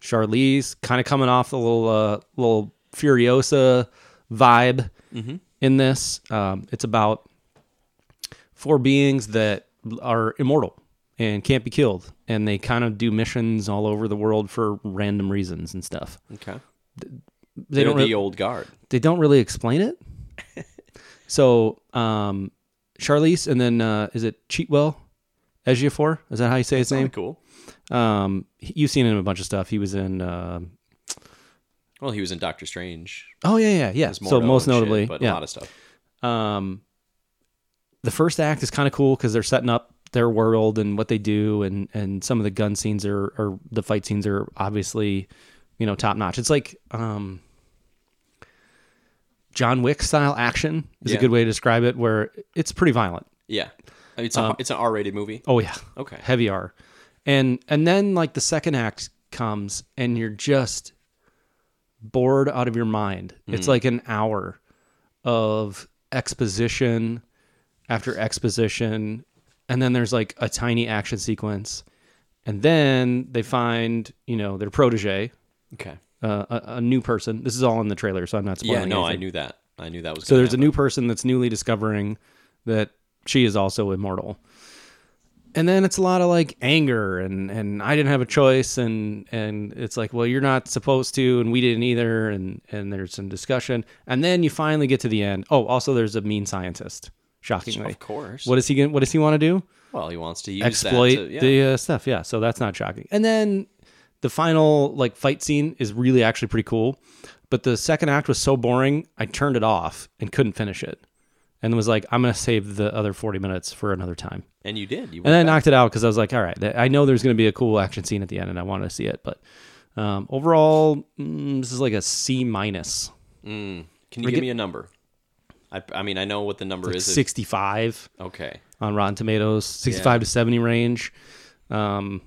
Speaker 2: Charlize kind of coming off a little uh, little Furiosa vibe
Speaker 3: Mm-hmm.
Speaker 2: in this. Um, it's about four beings that are immortal and can't be killed, and they kind of do missions all over the world for random reasons and stuff.
Speaker 3: Okay,
Speaker 2: They
Speaker 3: they are
Speaker 2: don't
Speaker 3: the
Speaker 2: re-
Speaker 3: old guard.
Speaker 2: they don't really explain it. so, um, Charlize, and then uh, is it Cheatwell? Ejiofor? Is that how you say his
Speaker 3: Kinda
Speaker 2: name?
Speaker 3: cool.
Speaker 2: Um, he- you've seen him in a bunch of stuff. He was in. Uh,
Speaker 3: Well, he was in Doctor Strange.
Speaker 2: oh yeah, yeah, yeah.
Speaker 3: as
Speaker 2: So
Speaker 3: Mordo
Speaker 2: most
Speaker 3: and shit,
Speaker 2: notably,
Speaker 3: but a
Speaker 2: yeah.
Speaker 3: lot of stuff.
Speaker 2: um, the first act is kind of cool because they're setting up their world and what they do, and and some of the gun scenes are or the fight scenes are obviously, you know, top notch. It's like um, John Wick style action is a
Speaker 3: Yeah.
Speaker 2: good way to describe it, where it's pretty violent.
Speaker 3: Yeah, I mean, it's a,
Speaker 2: Um,
Speaker 3: it's an R-rated movie.
Speaker 2: Oh yeah.
Speaker 3: Okay.
Speaker 2: Heavy R. And and then like the second act comes and you're just bored out of your mind.
Speaker 3: Hmm.
Speaker 2: It's like an hour of exposition after exposition and then there's like a tiny action sequence. And then they find, you know, their protege,
Speaker 3: Okay.
Speaker 2: uh, a, a new person. This is all in the trailer, so I'm not spoiling
Speaker 3: Yeah, no,
Speaker 2: anything.
Speaker 3: I knew that. I knew that was.
Speaker 2: So
Speaker 3: gonna
Speaker 2: there's a new person that's newly discovering that she is also immortal. And then it's a lot of like anger and and I didn't have a choice and and it's like well you're not supposed to and we didn't either and and there's some discussion and then you finally get to the end. Oh, also there's a mean scientist.
Speaker 3: happen.
Speaker 2: Shockingly,
Speaker 3: of course.
Speaker 2: what is he gonna, what does he want to do?
Speaker 3: well, he wants to use
Speaker 2: exploit
Speaker 3: that to, yeah.
Speaker 2: the uh, stuff. Yeah, so that's not shocking. And then the final like fight scene is really actually pretty cool, but the second act was so boring I turned it off and couldn't finish it, and was like I'm gonna save the other 40 minutes for another time.
Speaker 3: and you did. You
Speaker 2: And
Speaker 3: went
Speaker 2: I knocked it out because I was like, all right, th- I know there's gonna be a cool action scene at the end, and I wanted to see it. But um, overall, mm, this is like a C minus,
Speaker 3: Can you give me a number? I, I mean, I know what the number is.
Speaker 2: 65
Speaker 3: okay.
Speaker 2: on Rotten Tomatoes, 65 to 70 range. Um,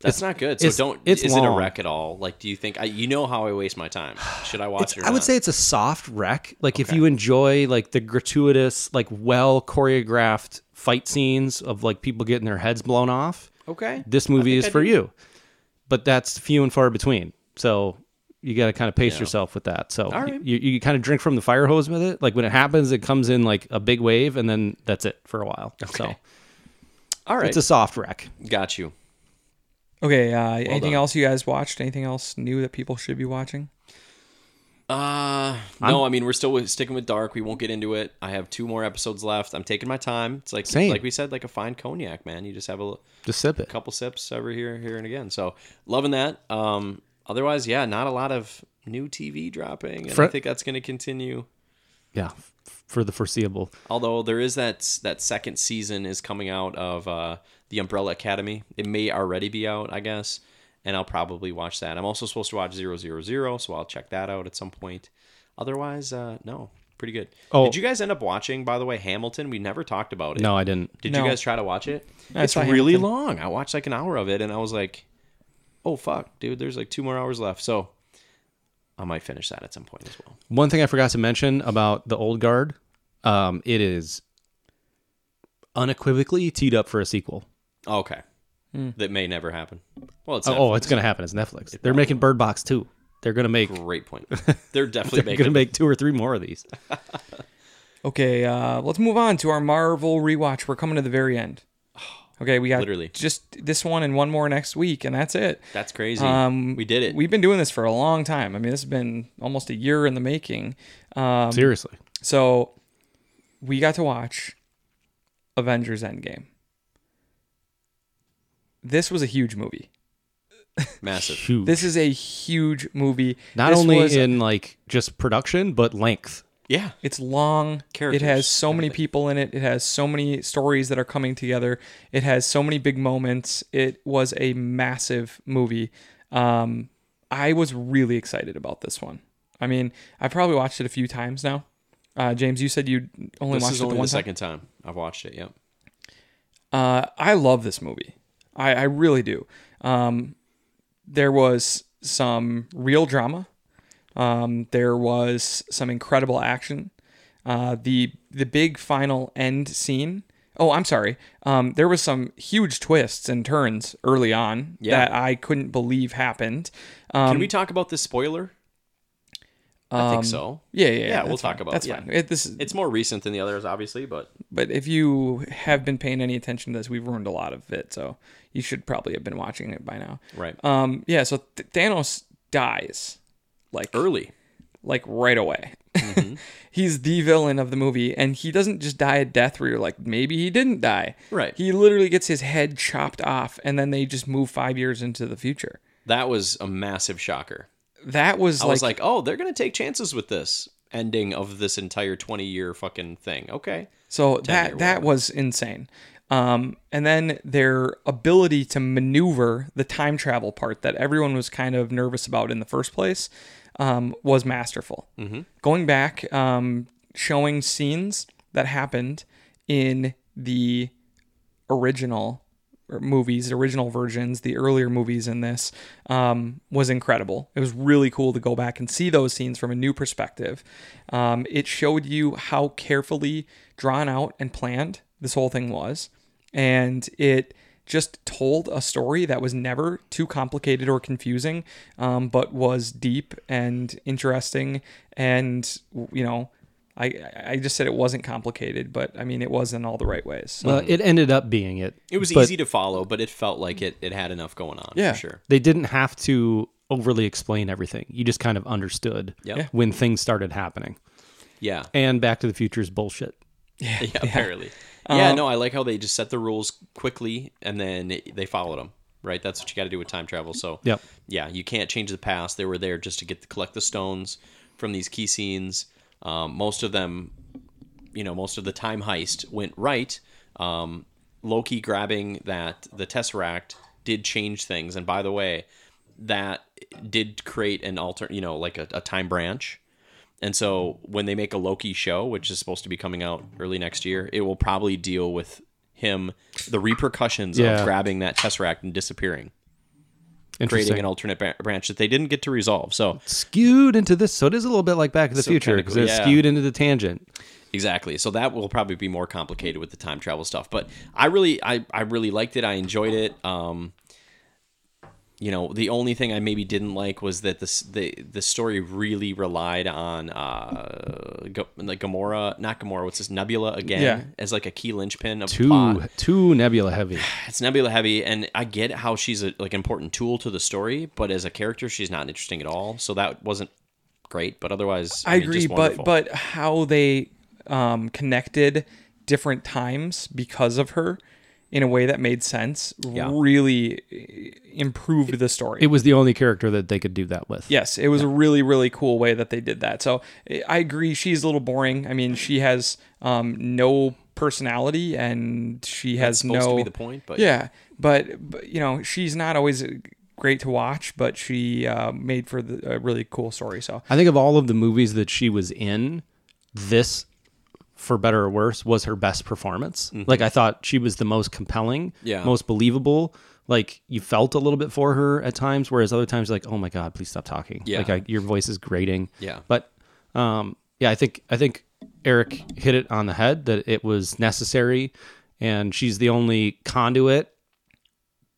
Speaker 3: That's not good. So
Speaker 2: it's-
Speaker 3: don't.
Speaker 2: it's
Speaker 3: is it a
Speaker 2: long.
Speaker 3: wreck at all? Like, do you think I? You know how I waste my time. Should I watch
Speaker 2: It's-
Speaker 3: it? Or
Speaker 2: I would
Speaker 3: not?
Speaker 2: say it's a soft wreck. Like if you enjoy like the gratuitous, like well choreographed fight scenes of like people getting their heads blown off,
Speaker 3: okay.
Speaker 2: this movie
Speaker 3: think
Speaker 2: is
Speaker 3: I
Speaker 2: for
Speaker 3: do.
Speaker 2: you. But that's few and far between. So you got to kind of pace yourself with that. So
Speaker 3: right.
Speaker 2: you, you kind of drink from the fire hose with it. Like when it happens, it comes in like a big wave, and then that's it for a while. So
Speaker 3: All right.
Speaker 2: it's a soft wreck.
Speaker 3: Got you.
Speaker 1: Okay. Uh, anything else you guys watched? Anything else new that people should be watching?
Speaker 3: Uh, no, I mean we're still with, sticking with dark. We won't get into it. I have two more episodes left. I'm taking my time. It's like
Speaker 2: Same.
Speaker 3: like we said, like a fine cognac, man. You just have a l-
Speaker 2: Just sip it.
Speaker 3: couple sips over here, here and again. So loving that. Um, otherwise, yeah, not a lot of new TV dropping, and I
Speaker 2: For-
Speaker 3: think that's going to continue.
Speaker 2: Yeah, f- for the foreseeable.
Speaker 3: Although there is that that second season is coming out of uh, the Umbrella Academy. It may already be out, I guess, and I'll probably watch that. I'm also supposed to watch Zero Zero Zero, so I'll check that out at some point. Otherwise, uh, no, pretty good.
Speaker 2: Oh.
Speaker 3: Did you guys end up watching? By the way, Hamilton. We never talked about it.
Speaker 2: No, I didn't.
Speaker 3: Did
Speaker 1: No.
Speaker 3: you guys try to watch it?
Speaker 1: I
Speaker 3: it's
Speaker 1: saw
Speaker 3: really
Speaker 1: Hamilton.
Speaker 3: long. I watched like an hour of it, and I was like, "Oh fuck, dude! There's like two more hours left." So. I might finish that at some point as well.
Speaker 2: One thing I forgot to mention about the old guard, um, it is unequivocally teed up for a sequel.
Speaker 3: Okay. That may never happen. Well, it's
Speaker 2: Oh, it's going to happen. It's Netflix. They're making Bird Box too. They're going to make
Speaker 3: Great point. They're definitely
Speaker 2: they're
Speaker 3: making.
Speaker 2: going to make two or three more of these.
Speaker 1: Okay, uh, let's move on to our Marvel rewatch. We're coming to the very end. Okay, we got
Speaker 3: Literally.
Speaker 1: just this one and one more next week, and that's it.
Speaker 3: That's crazy.
Speaker 1: Um,
Speaker 3: we did it.
Speaker 1: We've been doing this for a long time. I mean, this has been almost a year in the making. Um,
Speaker 2: Seriously.
Speaker 1: so we got to watch Avengers Endgame. This was a huge movie.
Speaker 3: Massive.
Speaker 2: Huge.
Speaker 1: This is a huge movie.
Speaker 2: Not
Speaker 1: This
Speaker 2: only
Speaker 1: was-
Speaker 2: in like just production, but length.
Speaker 3: Yeah.
Speaker 1: It's long.
Speaker 3: Characters,
Speaker 1: it has so many people in it. It has so many stories that are coming together. It has so many big moments. It was a massive movie. Um, I was really excited about this one. I mean, I probably watched it a few times now. Uh, James, you said you only
Speaker 3: This
Speaker 1: watched
Speaker 3: is
Speaker 1: it the
Speaker 3: only
Speaker 1: one
Speaker 3: the
Speaker 1: time.
Speaker 3: second time. I've watched it. Yep.
Speaker 1: Uh, I love this movie. I, I really do. Um, there was some real drama. Um, there was some incredible action. Uh, the the big final end scene. Oh, I'm sorry. Um, there was some huge twists and turns early on
Speaker 3: Yeah.
Speaker 1: that I couldn't believe happened.
Speaker 3: Can
Speaker 1: Um,
Speaker 3: we talk about this spoiler? I think so.
Speaker 1: yeah, yeah, yeah.
Speaker 3: Yeah, we'll
Speaker 1: that's
Speaker 3: talk
Speaker 1: fine.
Speaker 3: about-
Speaker 1: that's
Speaker 3: yeah.
Speaker 1: fine. It, this is-
Speaker 3: It's more recent than the others, obviously, but
Speaker 1: but if you have been paying any attention to this, we've ruined a lot of it. So you should probably have been watching it by now.
Speaker 3: right.
Speaker 1: Um, yeah, so Th- Thanos dies like
Speaker 3: Early.
Speaker 1: like right away.
Speaker 3: Mm-hmm.
Speaker 1: He's the villain of the movie, and he doesn't just die a death where you're like, maybe he didn't die.
Speaker 3: Right.
Speaker 1: He literally gets his head chopped off, and then they just move five years into the future.
Speaker 3: That was a massive shocker.
Speaker 1: That was
Speaker 3: I
Speaker 1: like,
Speaker 3: was like, oh, they're going to take chances with this ending of this entire 20 year fucking thing. Okay.
Speaker 1: so
Speaker 3: or
Speaker 1: that that was insane. Um, and then their ability to maneuver the time travel part that everyone was kind of nervous about in the first place um, was masterful. Going back, um, showing scenes that happened in the original or movies, original versions, the earlier movies in this um, was incredible. It was really cool to go back and see those scenes from a new perspective. Um, it showed you how carefully drawn out and planned this whole thing was, and it just told a story that was never too complicated or confusing, um, but was deep and interesting, and you know. I, I just said it wasn't complicated, but I mean it was in all the right ways. So.
Speaker 2: Well, it ended up being it.
Speaker 3: It was
Speaker 2: But
Speaker 3: easy to follow, but it felt like it, it had enough going on
Speaker 1: Yeah.
Speaker 3: for sure.
Speaker 2: They didn't have to overly explain everything. You just kind of understood
Speaker 3: Yep. Yeah.
Speaker 2: when things started happening.
Speaker 3: Yeah.
Speaker 2: And Back to the Future is bullshit.
Speaker 3: Yeah, Um, apparently. Yeah, no, I like how they just set the rules quickly and then it- they followed them. Right, that's what you got to do with time travel. So,
Speaker 2: Yep.
Speaker 3: yeah, you can't change the past. They were there just to get to collect the stones from these key scenes. Um, most of them, you know, most of the time heist went right. Um, Loki grabbing that the tesseract did change things, and by the way, that did create an alter, you know, like a, a time branch. And so when they make a Loki show, which is supposed to be coming out early next year, it will probably deal with him the repercussions
Speaker 2: Yeah.
Speaker 3: of grabbing that tesseract and disappearing.
Speaker 2: Interesting.
Speaker 3: creating an alternate ba- branch that they didn't get to resolve. So
Speaker 2: skewed into this. So it is a little bit like Back to the
Speaker 3: So
Speaker 2: Future
Speaker 3: kinda
Speaker 2: because
Speaker 3: cool,
Speaker 2: they're
Speaker 3: yeah.
Speaker 2: skewed into the tangent.
Speaker 3: Exactly. So that will probably be more complicated with the time travel stuff. But I really, I, I really liked it. I enjoyed it. Um, you know, the only thing I maybe didn't like was that this the the story really relied on uh, Ga- like Gamora, not Gamora. What's this Nebula again?
Speaker 1: Yeah.
Speaker 3: As like a key linchpin of
Speaker 2: Too
Speaker 3: plot.
Speaker 2: too nebula heavy.
Speaker 3: It's Nebula heavy, and I get how she's a, like an important tool to the story, but as a character, she's not interesting at all. So that wasn't great. But otherwise,
Speaker 1: I
Speaker 3: mean,
Speaker 1: agree,
Speaker 3: just
Speaker 1: but
Speaker 3: wonderful.
Speaker 1: but how they um, connected different times because of her in a way that made sense really eh, improved the story.
Speaker 2: It was the only character that they could do that with.
Speaker 1: yes, it was a really really cool way that they did that. So eh, I agree, she's a little boring. I mean, she has um, no personality and she has
Speaker 3: supposed
Speaker 1: no
Speaker 3: to be the point, but
Speaker 1: yeah, but, but you know she's not always eh, great to watch, but she uh, made for the, a really cool story. So
Speaker 2: I think of all of the movies that she was in, this, for better or worse, was her best performance. Like I thought she was the most compelling,
Speaker 3: Mm-hmm. Yeah.
Speaker 2: most believable. Like you felt a little bit for her at times, whereas other times, like, oh my god, please stop talking.
Speaker 3: Yeah.
Speaker 2: Like I, your voice is grating.
Speaker 3: Yeah.
Speaker 2: But, um, yeah, I think I think Eric hit it on the head that it was necessary, and she's the only conduit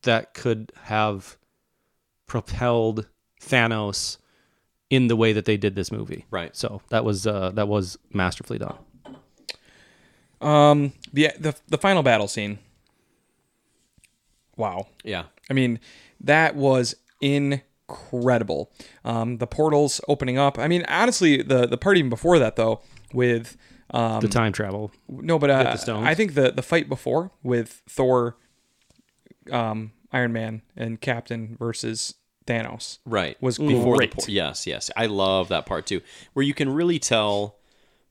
Speaker 2: that could have propelled Thanos in the way that they did this movie.
Speaker 3: Right.
Speaker 2: So that was uh, that was masterfully done.
Speaker 1: Um, the the the final battle scene. Wow,
Speaker 3: yeah.
Speaker 1: I mean, that was incredible. Um, the portals opening up. I mean, honestly, the the part even before that though, with um,
Speaker 2: The time travel.
Speaker 1: no, but uh,
Speaker 2: stones?
Speaker 1: I think the the fight before with Thor, um, Iron Man, and Captain versus Thanos.
Speaker 3: right
Speaker 1: was
Speaker 3: before
Speaker 1: great.
Speaker 3: the por- yes yes i love that part too where you can really tell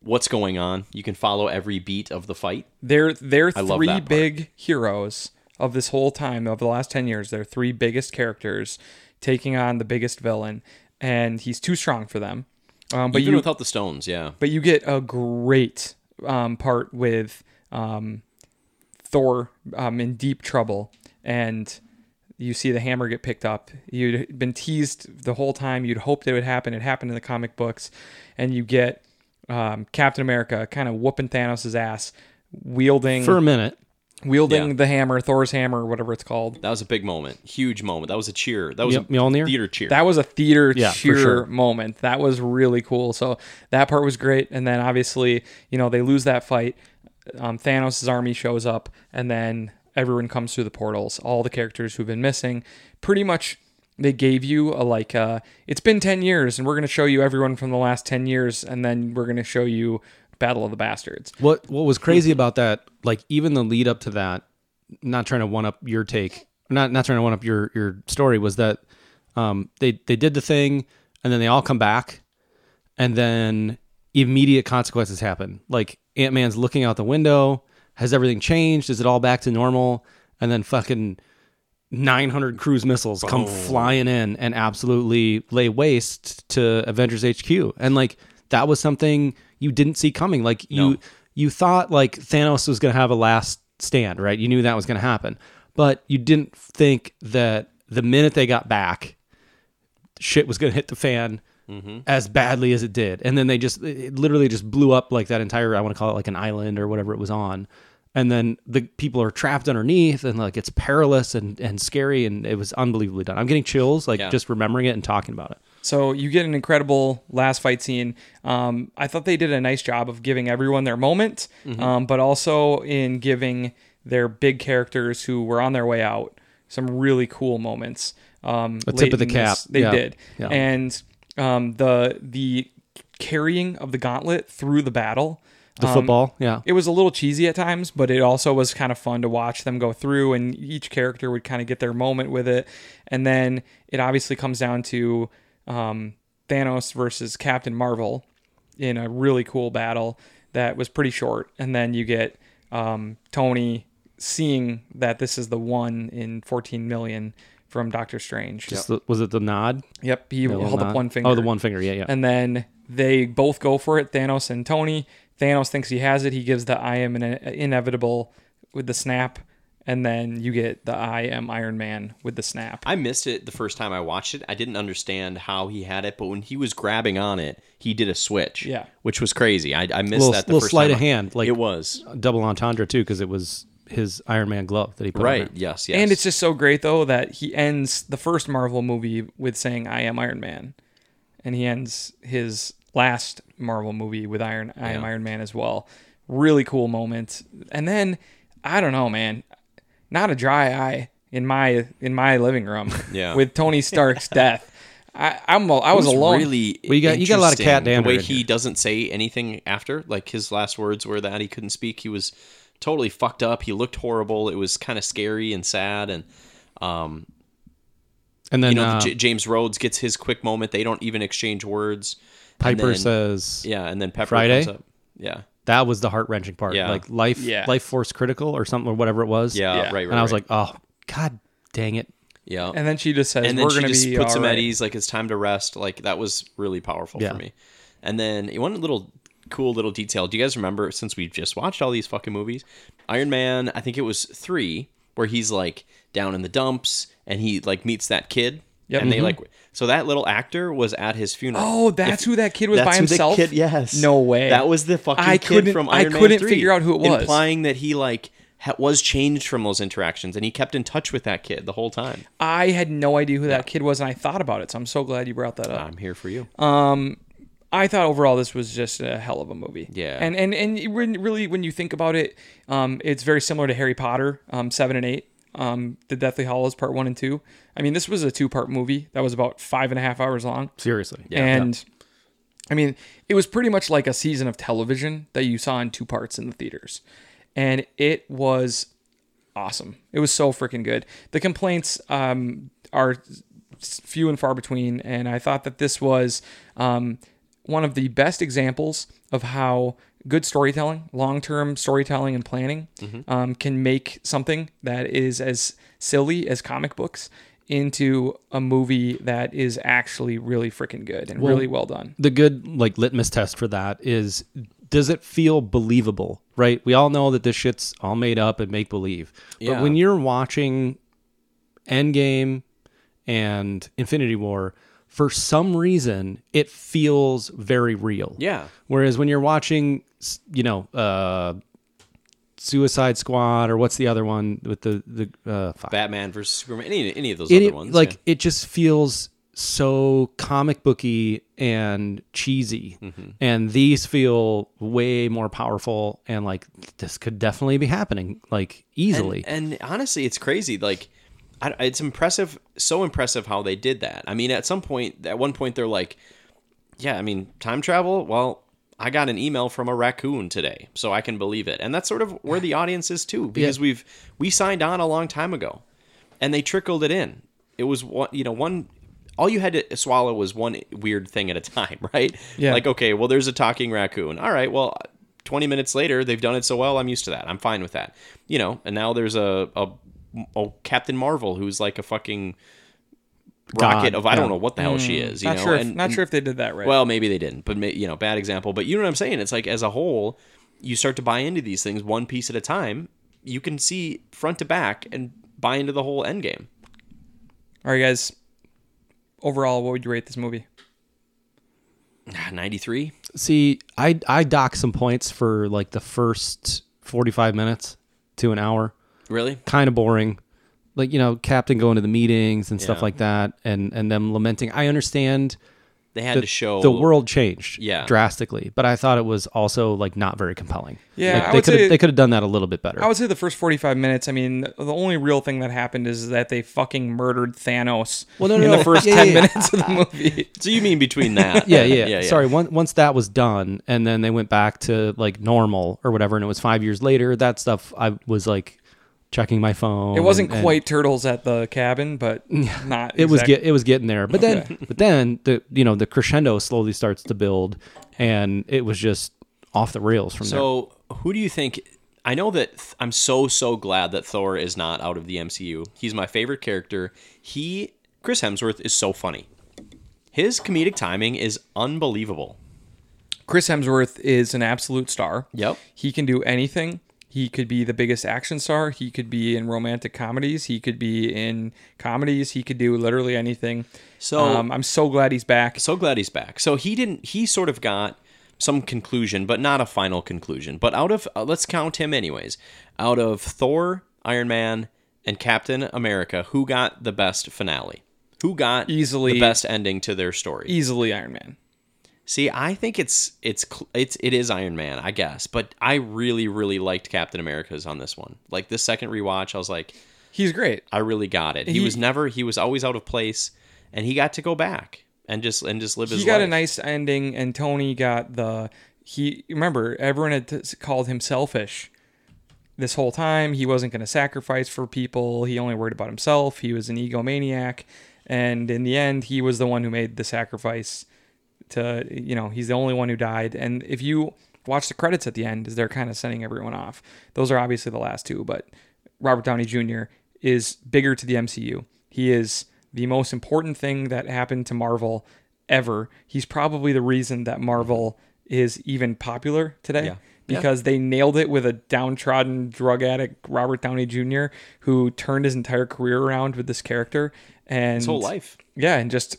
Speaker 3: what's going on you can follow every beat of the fight
Speaker 1: They're they're
Speaker 3: love that
Speaker 1: three
Speaker 3: part.
Speaker 1: big heroes of this whole time of the last ten years. They're three biggest characters taking on the biggest villain, and he's too strong for them. Um, but
Speaker 3: even
Speaker 1: you
Speaker 3: without the stones yeah
Speaker 1: but you get a great um, part with um, Thor um, in deep trouble, and you see the hammer get picked up. You'd been teased the whole time. You'd hoped it would happen. It happened in the comic books, and you get um, Captain America kind of whooping Thanos' ass, wielding
Speaker 2: For a minute,
Speaker 1: wielding
Speaker 3: Yeah.
Speaker 1: the hammer, Thor's hammer, whatever it's called.
Speaker 3: that was a big moment huge moment that was a cheer that was
Speaker 2: Yep,
Speaker 3: a
Speaker 2: Mjolnir?
Speaker 3: theater cheer
Speaker 1: That was a theater
Speaker 2: Yeah, for
Speaker 1: cheer
Speaker 2: sure.
Speaker 1: moment. That was really cool. So that part was great. And then obviously, you know, they lose that fight. Um, Thanos' army shows up, and then everyone comes through the portals. All the characters who've been missing. Pretty much, they gave you a like. Uh, it's been ten years, and we're going to show you everyone from the last ten years, and then we're going to show you Battle of the Bastards.
Speaker 2: what what was crazy about that? Like even the lead up to that, not trying to one up your take, not not trying to one up your your story was that um, they they did the thing and then they all come back, and then immediate consequences happen. Like Ant Man's looking out the window. Has everything changed? Is it all back to normal? And then fucking 900 cruise missiles come flying in and absolutely lay waste to Avengers HQ. And like that was something you didn't see coming. Like you you thought like Thanos was going to have a last stand, right? You knew that was going to happen. But you didn't think that the minute they got back shit was going to hit the fan
Speaker 3: Mm-hmm.
Speaker 2: as badly as it did. And then they just it it literally just blew up like that entire I want to call it like an island or whatever it was on. And then the people are trapped underneath and like it's perilous and and scary and it was unbelievably done. I'm getting chills like
Speaker 3: Yeah.
Speaker 2: just remembering it and talking about it.
Speaker 1: So you get an incredible last fight scene. Um, I thought they did a nice job of giving everyone their moment,
Speaker 2: Mm-hmm.
Speaker 1: um, but also in giving their big characters who were on their way out some really cool moments. Um,
Speaker 2: A tip
Speaker 1: late
Speaker 2: of the
Speaker 1: in
Speaker 2: cap.
Speaker 1: they
Speaker 2: Yeah.
Speaker 1: did,
Speaker 2: Yeah.
Speaker 1: and um, the the carrying of the gauntlet through the battle.
Speaker 2: The
Speaker 3: Um,
Speaker 2: football, yeah.
Speaker 1: It was a little cheesy at times, but it also was kind of fun to watch them go through, and each character would kind of get their moment with it. And then it obviously comes down to um, Thanos versus Captain Marvel in a really cool battle that was pretty short. And then you get um, Tony seeing that this is the one in 14 million from Doctor Strange.
Speaker 2: Just the, was it the nod?
Speaker 1: Yep, he
Speaker 2: The
Speaker 1: held
Speaker 2: nod?
Speaker 1: up one finger.
Speaker 2: Oh, the one finger. Yeah, yeah.
Speaker 1: And then they both go for it, Thanos and Tony. Thanos thinks he has it. He gives uh, the I am an inevitable with the snap. and then you get the I am Iron Man with the snap.
Speaker 3: I missed it the first time I watched it. I didn't understand how he had it, but when he was grabbing on it, he did a switch.
Speaker 1: Yeah.
Speaker 3: which was crazy. I, I missed
Speaker 2: Little-
Speaker 3: that. The
Speaker 2: little
Speaker 3: first
Speaker 2: sleight
Speaker 3: time
Speaker 2: of
Speaker 3: I-
Speaker 2: hand, like- uh,
Speaker 3: it was
Speaker 2: Double entendre too, because it was his Iron Man glove that he put on
Speaker 3: right.
Speaker 2: there.
Speaker 3: Yes, yes.
Speaker 1: And it's just so great though that he ends the first Marvel movie with saying I am Iron Man. And he ends his last Marvel movie with Iron I am Iron Man as well. Really cool moment. And then I don't know, man. Not a dry eye in my in my living room
Speaker 3: Yeah.
Speaker 1: with Tony Stark's death. I I'm al- I was,
Speaker 3: It
Speaker 1: alone.
Speaker 3: Really,
Speaker 2: Well, you got- you got a lot of cat
Speaker 3: interesting,
Speaker 2: dander
Speaker 3: The way
Speaker 2: in
Speaker 3: he
Speaker 2: here.
Speaker 3: doesn't say anything after, like his last words were that he couldn't speak. He was totally fucked up. He looked horrible. It was kind of scary and sad. And
Speaker 2: And then
Speaker 3: you know,
Speaker 2: uh,
Speaker 3: the J- James Rhodes gets his quick moment. They don't even exchange words. And
Speaker 2: Piper
Speaker 3: then-
Speaker 2: says,
Speaker 3: "Yeah," and then Pepper
Speaker 2: Friday?
Speaker 3: comes up. Yeah,
Speaker 2: that was the heart wrenching part.
Speaker 3: Yeah.
Speaker 2: Like life,
Speaker 1: Yeah.
Speaker 2: life force critical or something or whatever it was.
Speaker 3: yeah,
Speaker 1: Yeah.
Speaker 3: right, right.
Speaker 2: and I was
Speaker 3: right.
Speaker 2: like, oh god, dang it.
Speaker 3: yeah.
Speaker 1: And then she just says
Speaker 3: and then
Speaker 1: we're
Speaker 3: she
Speaker 1: going to
Speaker 3: just
Speaker 1: be
Speaker 3: puts him
Speaker 1: all right."
Speaker 3: at ease like it's time to rest like that was really powerful
Speaker 2: Yeah.
Speaker 3: for me and then one little cool little detail do you guys remember since we've just watched all these fucking movies iron man i think it was three where he's like down in the dumps and he like meets that kid
Speaker 1: Yep. Mm-hmm.
Speaker 3: and they like so that little actor was at his funeral
Speaker 1: Oh, that's
Speaker 3: If-
Speaker 1: who that kid was by
Speaker 3: who the
Speaker 1: himself.
Speaker 3: kid- yes.
Speaker 1: No way.
Speaker 3: That was the fucking
Speaker 1: I
Speaker 3: kid
Speaker 1: couldn't-
Speaker 3: from
Speaker 1: I
Speaker 3: Iron Man
Speaker 1: couldn't
Speaker 3: 3,
Speaker 1: figure out who it was.
Speaker 3: implying that he like ha- was changed from those interactions and he kept in touch with that kid the whole time.
Speaker 1: I had no idea who that kid was, and I thought about it. So I'm so glad you brought that up.
Speaker 3: I'm here for you.
Speaker 1: uh, I thought overall this was just a hell of a movie.
Speaker 3: Yeah.
Speaker 1: And and and when, really when you think about it, um, it's very similar to Harry Potter, um, seven and eight, um, the Deathly Hollows part one and two. I mean, this was a two part movie that was about five and a half hours long.
Speaker 2: Seriously.
Speaker 1: and I mean, it was pretty much like a season of television that you saw in two parts in the theaters. And it was awesome. It was so freaking good. The complaints um, are s- few and far between. And I thought that this was um, one of the best examples of how good storytelling, long term storytelling and planning
Speaker 3: Mm-hmm.
Speaker 1: um, can make something that is as silly as comic books into a movie that is actually really freaking good and really well done.
Speaker 2: the good like litmus test for that is does it feel believable right we all know that this shit's all made up and make believe
Speaker 3: Yeah.
Speaker 2: but when you're watching endgame and infinity war for some reason it feels very real
Speaker 3: Yeah.
Speaker 2: whereas when you're watching s- you know uh suicide squad or what's the other one with the the uh fuck.
Speaker 3: Batman versus Superman, any, any of those
Speaker 2: It-
Speaker 3: other ones.
Speaker 2: Like
Speaker 3: yeah.
Speaker 2: it just feels so comic booky and cheesy,
Speaker 3: Mm-hmm.
Speaker 2: and these feel way more powerful and like this could definitely be happening like easily.
Speaker 3: And, and honestly, it's crazy. Like, I, it's impressive, so impressive how they did that. I mean, at some point, at one point, they're like, "Yeah, I mean, time travel." Well, I got an email from a raccoon today, so I can believe it. And that's sort of where the audience is too, because we've we signed on a long time ago, and they trickled it in. It was one, you know, one. All you had to swallow was one weird thing at a time, right?
Speaker 1: Yeah.
Speaker 3: Like, okay, well, there's a talking raccoon. All right, well, 20 minutes later, they've done it so well, I'm used to that. I'm fine with that. You know, and now there's a, a, a Captain Marvel who's like a fucking rocket
Speaker 2: God,
Speaker 3: of I don't
Speaker 2: yeah.
Speaker 3: know what the hell she is. You
Speaker 1: Mm. Not
Speaker 3: know,
Speaker 1: sure. If,
Speaker 3: and,
Speaker 1: not
Speaker 3: and-
Speaker 1: sure if they did that right.
Speaker 3: Well, maybe they didn't, but ma- you know, bad example. But you know what I'm saying? It's like as a whole, you start to buy into these things one piece at a time. You can see front to back and buy into the whole end game.
Speaker 1: All right, guys. Overall, what would you rate this movie?
Speaker 3: Ah, 93.
Speaker 2: See, I I dock some points for like the first forty five minutes to an hour.
Speaker 3: Really?
Speaker 2: kind of boring like you know captain going to the meetings and stuff
Speaker 3: Yeah.
Speaker 2: like that and and them lamenting i understand
Speaker 3: They had to show
Speaker 2: the world changed
Speaker 3: Yeah.
Speaker 2: drastically but i thought it was also like not very compelling
Speaker 1: Yeah,
Speaker 2: Like,
Speaker 1: I
Speaker 2: they
Speaker 1: would
Speaker 2: could
Speaker 1: say-
Speaker 2: have they could have done that a little bit better
Speaker 1: I would say the first 45 minutes. I mean, the only real thing that happened is that they fucking murdered Thanos
Speaker 2: Well, no,
Speaker 1: in
Speaker 2: no,
Speaker 1: the
Speaker 2: no.
Speaker 1: first
Speaker 2: Yeah,
Speaker 1: 10
Speaker 2: yeah, yeah.
Speaker 1: minutes of the movie.
Speaker 3: So you mean between that?
Speaker 2: yeah, yeah, Sorry. Once once that was done, and then they went back to like normal or whatever, and it was five years later. That stuff I was like checking my phone.
Speaker 1: It wasn't
Speaker 2: and- and-
Speaker 1: quite Turtles at the cabin, but not.
Speaker 2: it was
Speaker 1: exact-
Speaker 2: get, it was getting there. But then but then the you know the crescendo slowly starts to build, and it was just off the rails from there.
Speaker 3: So, who do you think? I know that th- I'm so so glad that Thor is not out of the MCU. He's my favorite character. He Chris Hemsworth is so funny. His comedic timing is unbelievable.
Speaker 1: Chris Hemsworth is an absolute star.
Speaker 3: Yep.
Speaker 1: He can do anything He could be the biggest action star. He could be in romantic comedies. He could be in comedies. He could do literally anything.
Speaker 3: So
Speaker 1: um, I'm so glad he's back.
Speaker 3: so glad he's back. So he didn't. He sort of got some conclusion, but not a final conclusion. But out of uh, let's count him anyways. Out of Thor, Iron Man, and Captain America, who got the best finale? Who got
Speaker 1: Easily- e-,
Speaker 3: the best ending to their story?
Speaker 1: Easily Iron Man.
Speaker 3: See, I think it's it's cl- it's it is Iron Man, I guess. But I really really liked Captain America's on this one. Like this second rewatch, I was like,
Speaker 1: He's great.
Speaker 3: I really got it. He,
Speaker 1: He-
Speaker 3: was never he was always out of place, and he got to go back and just and just live his
Speaker 1: he got
Speaker 3: life.
Speaker 1: a nice ending and tony got the he remember everyone had t- called him selfish this whole time he wasn't going to sacrifice for people he only worried about himself he was an egomaniac and in the end he was the one who made the sacrifice to you know he's the only one who died and if you watch the credits at the end as they're kind of sending everyone off those are obviously the last two but robert downey jr is bigger to the mcu he is the most important thing that happened to marvel ever he's probably the reason that marvel is even popular today because they nailed it with a downtrodden drug addict robert downey jr who turned his entire career around with this character and
Speaker 3: his whole life.
Speaker 1: yeah, and just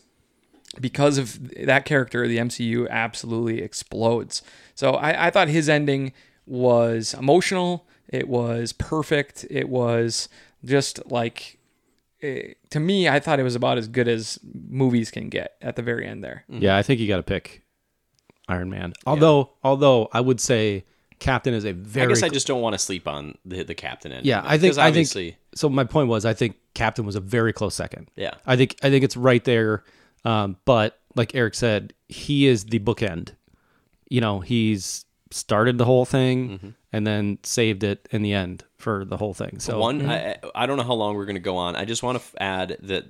Speaker 1: because of that character, the MCU absolutely explodes. So I, I thought his ending was emotional. It was perfect. It was just like, eh, to me, I thought it was about as good as movies can get at the very end there.
Speaker 2: Yeah, I think you got to pick Iron Man. Although, although I would say Captain is a very.
Speaker 3: I guess I just don't want to sleep on the, the captain end.
Speaker 2: yeah,
Speaker 3: of it,
Speaker 2: I think
Speaker 3: 'cause
Speaker 2: I
Speaker 3: obviously
Speaker 2: think so. My point was, I think Captain was a very close second.
Speaker 3: Yeah.
Speaker 2: I think I think it's right there. Um, but like Eric said, he is the bookend. You know, he's started the whole thing
Speaker 3: Mm-hmm.
Speaker 2: and then saved it in the end for the whole thing. So
Speaker 3: one. I, I don't know how long we're going to go on. I just want to f- add that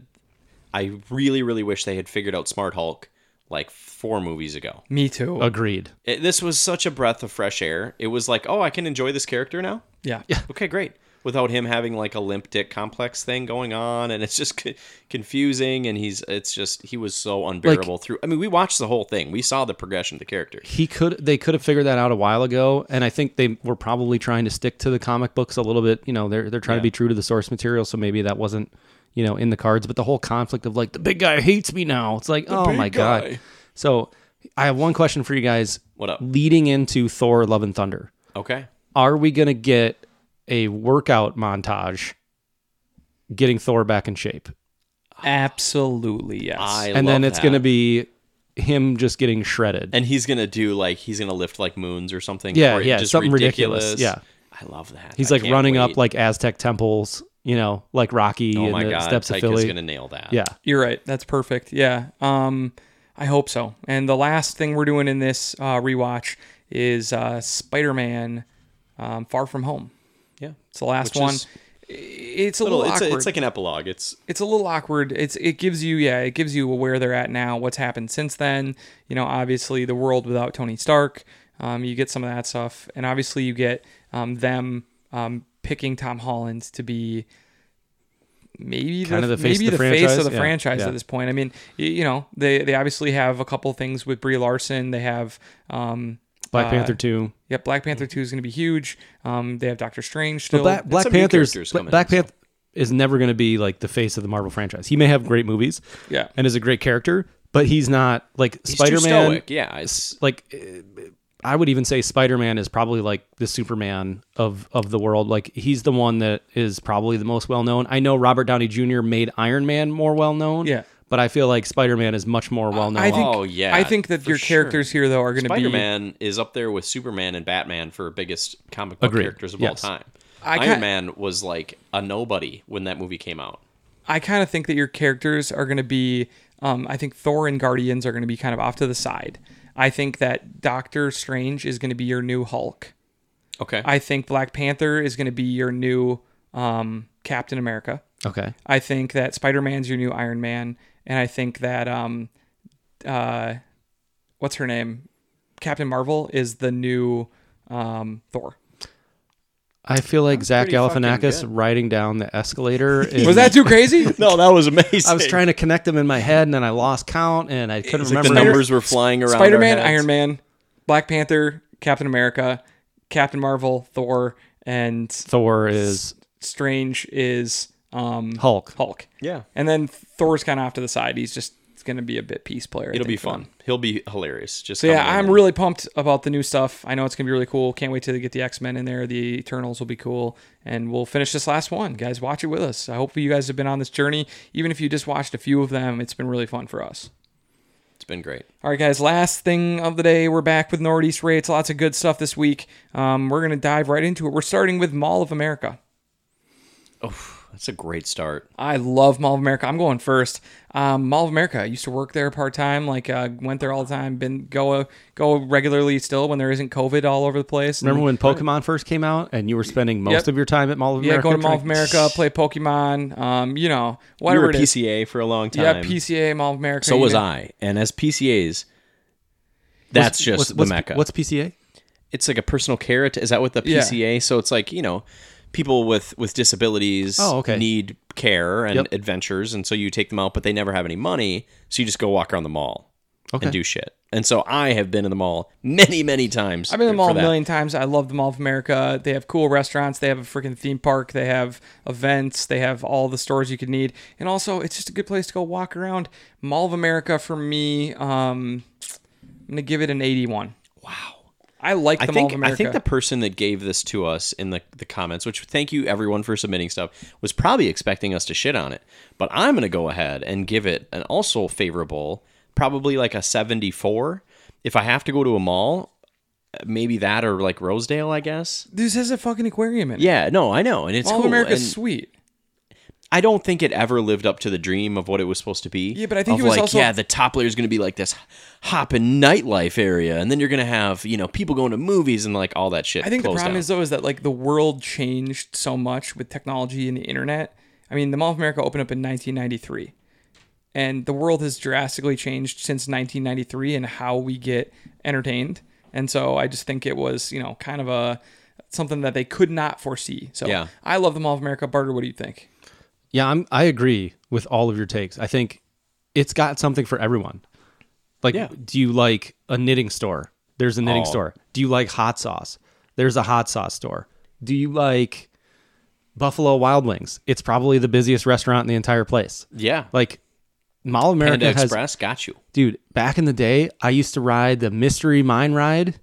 Speaker 3: I really really wish they had figured out Smart Hulk like four movies ago.
Speaker 1: Me too.
Speaker 2: agreed.
Speaker 3: It, this was such a breath of fresh air. It was like, oh, I can enjoy this character now.
Speaker 1: yeah. Yeah.
Speaker 3: Okay, great. Without him having like a limp dick complex thing going on, and it's just c- confusing, and he's it's just he was so unbearable through. I mean, we watched the whole thing. We saw the progression of the character.
Speaker 2: he could they could have figured that out a while ago and i think they were probably trying to stick to the comic books a little bit you know they're they're trying to be true to the source material so maybe that wasn't you know in the cards but the whole conflict of like the big guy hates me now it's like oh my god
Speaker 3: guy.
Speaker 2: so i have one question for you guys
Speaker 3: What up?
Speaker 2: leading into thor love and thunder
Speaker 3: Okay,
Speaker 2: are we going to get a workout montage getting thor back in shape
Speaker 1: Absolutely. Yes.
Speaker 3: I
Speaker 2: and then
Speaker 3: love
Speaker 2: it's
Speaker 3: that.
Speaker 2: going to be him just getting shredded
Speaker 3: and he's gonna do like he's gonna lift like moons or something.
Speaker 2: Yeah,
Speaker 3: or
Speaker 2: yeah, something ridiculous,
Speaker 3: I love that.
Speaker 2: He's
Speaker 3: I
Speaker 2: like
Speaker 3: can't
Speaker 2: running up
Speaker 3: wait.
Speaker 2: like Aztec temples, you know, like Rocky
Speaker 3: oh
Speaker 2: and
Speaker 3: my
Speaker 2: the
Speaker 3: god,
Speaker 2: steps of
Speaker 3: Tyke
Speaker 2: Philly.
Speaker 3: is gonna nail that.
Speaker 2: Yeah.
Speaker 1: You're right. That's perfect. Yeah. Um, I hope so. And the last thing we're doing in this uh, rewatch is uh, Spider-Man: um, Far From Home.
Speaker 3: yeah.
Speaker 1: It's the last
Speaker 3: Which
Speaker 1: one.
Speaker 3: is
Speaker 1: It's a little,
Speaker 3: Little, it's,
Speaker 1: awkward.
Speaker 3: a, it's like an epilogue. It's
Speaker 1: it's a little awkward. It's it gives you yeah, it gives you where they're at now, what's happened since then. You know, obviously the world without Tony Stark. Um, you get some of that stuff, and obviously you get um, them um, picking Tom Holland to be maybe
Speaker 2: Kinda the face
Speaker 1: maybe
Speaker 2: of the
Speaker 1: face of
Speaker 2: franchise,
Speaker 1: the
Speaker 2: yeah,
Speaker 1: franchise
Speaker 2: yeah.
Speaker 1: at this point. I mean, y- you know, they they obviously have a couple things with Brie Larson. They have um,
Speaker 2: Black
Speaker 1: uh,
Speaker 2: Panther 2.
Speaker 1: Yep, Black Panther Two is going to be huge. Um, they have Doctor Strange
Speaker 2: But
Speaker 1: still.
Speaker 2: Mm-hmm. Black, Black
Speaker 3: some new
Speaker 2: Panther's
Speaker 3: characters
Speaker 2: Bla-
Speaker 3: coming
Speaker 2: Black
Speaker 3: in, so-
Speaker 2: Panther is never going to be like the face of the Marvel franchise. He may have great movies
Speaker 1: yeah,
Speaker 2: and is a great character, but he's not like
Speaker 3: he's too
Speaker 2: Spider-Man.
Speaker 3: stoic. Yeah, it's
Speaker 2: Like uh, I would even say Spider-Man is probably like the Superman of of the world. Like he's the one that is probably the most well known. I know Robert Downey Jr. made Iron Man more well known.
Speaker 1: Yeah.
Speaker 2: But I feel like Spider-Man is much more well known.
Speaker 1: I think.
Speaker 3: Oh, yeah,
Speaker 1: I think that
Speaker 3: for
Speaker 1: your
Speaker 3: sure.
Speaker 1: characters here though are going to be
Speaker 3: Spider-Man is up there with Superman and Batman for biggest comic book
Speaker 2: Agreed.
Speaker 3: characters of
Speaker 2: Yes.
Speaker 3: all time.
Speaker 1: I
Speaker 3: Iron
Speaker 1: can't-
Speaker 3: Man was like a nobody when that movie came out.
Speaker 1: I kind of think that your characters are going to be. Um, I think Thor and Guardians are going to be kind of off to the side. I think that Doctor Strange is going to be your new Hulk.
Speaker 3: Okay,
Speaker 1: I think Black Panther is going to be your new um, Captain America.
Speaker 2: okay.
Speaker 1: I think that Spider Man's your new Iron Man, and I think that um, uh, what's her name, Captain Marvel is the new um Thor.
Speaker 2: I feel like Zach
Speaker 3: pretty fucking
Speaker 2: Galifianakis
Speaker 3: good.
Speaker 2: riding down the escalator. is-
Speaker 1: Was that too crazy?
Speaker 3: no, that was amazing.
Speaker 2: I was trying to connect them in my head, and then I lost count, and I couldn't remember.
Speaker 3: the numbers were flying around. our
Speaker 1: Spider Man,
Speaker 3: heads.
Speaker 1: Iron Man, Black Panther, Captain America, Captain Marvel, Thor, and
Speaker 2: Thor is
Speaker 1: Strange is um,
Speaker 2: Hulk.
Speaker 1: Hulk.
Speaker 3: Yeah.
Speaker 1: And then Thor's kind of off to the side. He's just going to be a bit piece player. I
Speaker 3: It'll
Speaker 1: think,
Speaker 3: be
Speaker 1: for them.
Speaker 3: fun. He'll be hilarious. Just
Speaker 1: So yeah,
Speaker 3: coming in
Speaker 1: I'm
Speaker 3: and-
Speaker 1: really pumped about the new stuff. I know it's gonna be really cool. Can't wait to get the X Men in there. The Eternals will be cool, and we'll finish this last one, guys. Watch it with us. I hope you guys have been on this journey. Even if you just watched a few of them, it's been really fun for us.
Speaker 3: It's been great.
Speaker 1: All right, guys. Last thing of the day, we're back with Northeast rates. Lots of good stuff this week. Um, we're gonna dive right into it. We're starting with Mall of America.
Speaker 3: That's a great start.
Speaker 1: I love Mall of America. I'm going first. Um, Mall of America. I used to work there part time. Like uh, went there all the time. Been go go regularly still when there isn't COVID all over the place. And-
Speaker 2: Remember when Pokemon first came out and you were spending most
Speaker 1: Yep.
Speaker 2: of your time at Mall of America?
Speaker 1: Yeah, go to Mall of
Speaker 2: trying-
Speaker 1: America, play Pokemon, um, you know,
Speaker 3: We
Speaker 1: whatever
Speaker 3: were
Speaker 1: it is.
Speaker 3: PCA for a long time.
Speaker 1: Yeah, PCA, Mall of America.
Speaker 3: So
Speaker 1: you
Speaker 3: was
Speaker 1: know.
Speaker 3: I. And as PCAs, that's just
Speaker 2: What's,
Speaker 3: the
Speaker 2: what's-
Speaker 3: mecca.
Speaker 2: What's PCA?
Speaker 3: it's like a personal care. att- Is that what the
Speaker 1: Yeah.
Speaker 3: PCA? So it's like you know, people with with disabilities
Speaker 2: Oh, okay.
Speaker 3: need care and
Speaker 2: Yep.
Speaker 3: adventures, and so you take them out, but they never have any money, so you just go walk around the mall
Speaker 2: Okay.
Speaker 3: and do shit. And so I have been in the mall many, many times.
Speaker 1: I've been to the
Speaker 3: for
Speaker 1: mall a
Speaker 3: that.
Speaker 1: million times. I love the Mall of America. They have cool restaurants. They have a freaking theme park. They have events. They have all the stores you could need. And also, it's just a good place to go walk around. Mall of America for me, um, I'm going to give it an 81. Wow. I like the
Speaker 3: I
Speaker 1: Mall of
Speaker 3: think
Speaker 1: America.
Speaker 3: I think the person that gave this to us in the, the comments, which thank you everyone for submitting stuff, was probably expecting us to shit on it. But I'm gonna go ahead and give it an also favorable, probably like a 74. If I have to go to a mall, maybe that or like Rosedale, I guess.
Speaker 1: this has a fucking aquarium in it.
Speaker 3: Yeah, no, I know, and it's
Speaker 1: Mall of
Speaker 3: cool.
Speaker 1: America's
Speaker 3: and
Speaker 1: sweet.
Speaker 3: I don't think it ever lived up to the dream of what it was supposed to be.
Speaker 1: Yeah, but I think
Speaker 3: of
Speaker 1: it was
Speaker 3: like,
Speaker 1: also-
Speaker 3: yeah, the top layer is going to be like this hop and nightlife area, and then you're going to have you know people going to movies and like all that shit.
Speaker 1: I think the
Speaker 3: closed
Speaker 1: problem
Speaker 3: down.
Speaker 1: is though is that like the world changed so much with technology and the internet. I mean, the Mall of America opened up in 1993, and the world has drastically changed since 1993 and how we get entertained. And so I just think it was you know kind of a something that they could not foresee. So
Speaker 3: Yeah.
Speaker 1: I love the Mall of America. Barter, what do you think?
Speaker 2: Yeah, I'm, I agree with all of your takes. I think it's got something for everyone. Like,
Speaker 3: Yeah.
Speaker 2: do you like a knitting store? There's a knitting
Speaker 3: Oh.
Speaker 2: store. Do you like hot sauce? There's a hot sauce store. Do you like Buffalo Wild Wings? It's probably the busiest restaurant in the entire place.
Speaker 3: Yeah.
Speaker 2: Like, Mall of America
Speaker 3: Panda
Speaker 2: has,
Speaker 3: Express got you.
Speaker 2: dude. Back in the day, I used to ride the Mystery Mine Ride.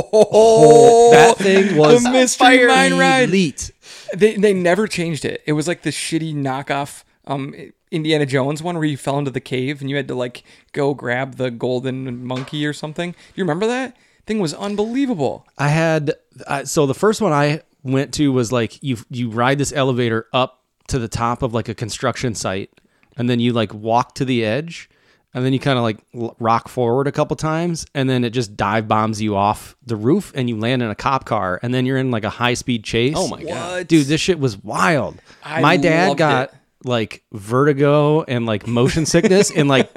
Speaker 1: Oh,
Speaker 2: that thing was
Speaker 1: the mystery mine ride.
Speaker 2: elite.
Speaker 1: They they never changed it. It was like the shitty knockoff um Indiana Jones one where you fell into the cave and you had to like go grab the golden monkey or something. You remember that? Thing was unbelievable.
Speaker 2: I had I, so the first one I went to was like you you ride this elevator up to the top of like a construction site, and then you like walk to the edge, and then you kind of like l- rock forward a couple times, and then it just dive bombs you off the roof, and you land in a cop car, and then you're in like a high speed chase.
Speaker 3: Oh my god.
Speaker 2: dude, this shit was wild.
Speaker 1: I
Speaker 2: my dad
Speaker 1: loved
Speaker 2: got
Speaker 1: it.
Speaker 2: like vertigo and like motion sickness in like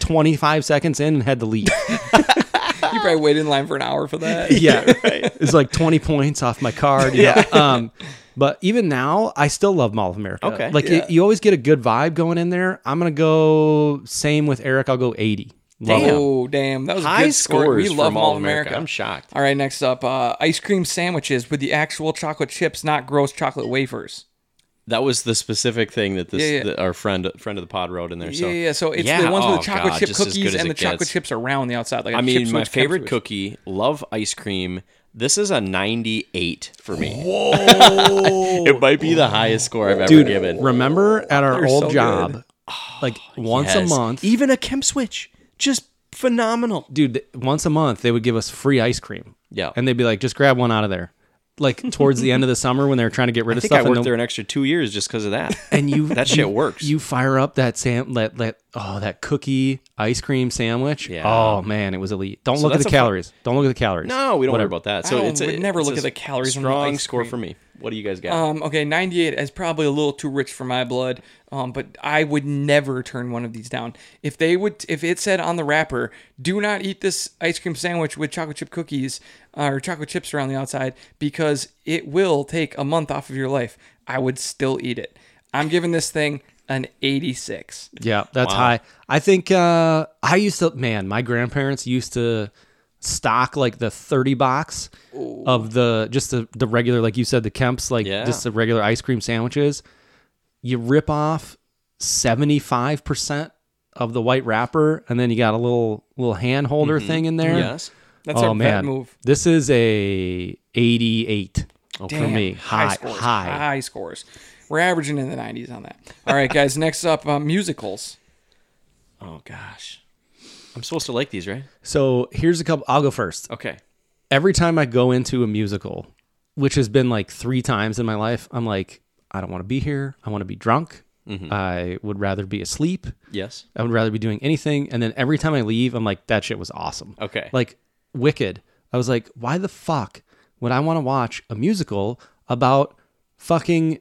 Speaker 2: 25 seconds in and had to leave.
Speaker 1: You probably waited in line for an hour for that.
Speaker 2: Yeah, it's like twenty points off my card. Yeah. Um, but even now, I still love Mall of America.
Speaker 3: Okay.
Speaker 2: Like you- you always get a good vibe going in there. I'm gonna go same with Eric. I'll go eighty. Love it.
Speaker 1: Oh damn, that was a
Speaker 3: High
Speaker 1: good score.
Speaker 3: scores
Speaker 1: We love
Speaker 3: from
Speaker 1: Mall
Speaker 3: all
Speaker 1: of
Speaker 3: America.
Speaker 1: America.
Speaker 3: I'm shocked.
Speaker 1: All right, next up, uh, ice cream sandwiches with the actual chocolate chips, not gross chocolate wafers.
Speaker 3: That was the specific thing that this
Speaker 1: Yeah, yeah.
Speaker 3: that our friend friend of the pod wrote in there. So
Speaker 1: yeah, yeah. So it's
Speaker 3: Yeah,
Speaker 1: the ones with
Speaker 3: oh,
Speaker 1: the chocolate
Speaker 3: God,
Speaker 1: chip
Speaker 3: just as good
Speaker 1: cookies
Speaker 3: as
Speaker 1: and
Speaker 3: it
Speaker 1: the chocolate
Speaker 3: gets.
Speaker 1: chips around the outside. Like a
Speaker 3: I
Speaker 1: chip
Speaker 3: mean,
Speaker 1: sandwich
Speaker 3: my
Speaker 1: comes
Speaker 3: favorite
Speaker 1: with-
Speaker 3: cookie, love ice cream. This is a 98 for me. Whoa! it might be the highest score I've ever
Speaker 2: Dude,
Speaker 3: given.
Speaker 2: remember at our old
Speaker 1: so
Speaker 2: job,
Speaker 1: good.
Speaker 2: like once a
Speaker 3: Oh, Yes.
Speaker 2: month,
Speaker 3: even a Kemp switch, just phenomenal.
Speaker 2: dude. th- Once a month, they would give us free ice cream.
Speaker 3: Yeah.
Speaker 2: And they'd be like, just grab one out of there. Like towards the end of the summer when they were trying to get rid
Speaker 3: I
Speaker 2: of
Speaker 3: think
Speaker 2: stuff,
Speaker 3: I
Speaker 2: and
Speaker 3: worked
Speaker 2: no-
Speaker 3: there an extra two years just because of that.
Speaker 2: and you
Speaker 3: That
Speaker 2: you-
Speaker 3: shit works.
Speaker 2: You fire up that sam let let oh that cookie ice cream sandwich.
Speaker 3: Yeah.
Speaker 2: Oh man, it was elite. Don't look at
Speaker 3: that's
Speaker 2: the
Speaker 3: a fu-
Speaker 2: calories. Don't look at the calories.
Speaker 3: no, we don't worry about that. So
Speaker 1: I
Speaker 3: it's a,
Speaker 1: would never
Speaker 3: it's
Speaker 1: look
Speaker 3: a
Speaker 1: at the calories on the
Speaker 3: Strong
Speaker 1: ice
Speaker 3: score
Speaker 1: cream.
Speaker 3: for me. What do you guys got?
Speaker 1: Um, okay, 98 is probably a little too rich for my blood, um, but I would never turn one of these down. If they would, if it said on the wrapper, "Do not eat this ice cream sandwich with chocolate chip cookies uh, or chocolate chips around the outside," because it will take a month off of your life, I would still eat it. I'm giving this thing an 86.
Speaker 2: Yeah, that's high. I think uh I used to man, my grandparents used to stock like the 30 box of the just the, the regular like you said the Kemp's like
Speaker 3: Yeah.
Speaker 2: just the regular ice cream sandwiches you rip off 75% of the white wrapper and then you got a little little hand holder thing in there
Speaker 3: Mm-hmm. Yes.
Speaker 1: That's
Speaker 2: oh
Speaker 1: our vet
Speaker 2: man
Speaker 1: move.
Speaker 2: this is a 88
Speaker 3: Okay.
Speaker 2: for me high
Speaker 1: scores.
Speaker 2: high
Speaker 1: high scores. We're averaging in the 90s on that. All right, guys. next up, uh, musicals.
Speaker 3: Oh gosh. I'm supposed to like these, right?
Speaker 2: so here's a couple I'll go first
Speaker 3: Okay.
Speaker 2: every time I go into a musical, which has been like three times in my life, I'm like, I don't want to be here. I want to be drunk.
Speaker 1: Mm-hmm.
Speaker 2: I would rather be asleep.
Speaker 3: Yes.
Speaker 2: I would rather be doing anything. And then every time I leave, I'm like, that shit was awesome.
Speaker 3: Okay.
Speaker 2: Like, wicked. I was like, why the fuck would I want to watch a musical about fucking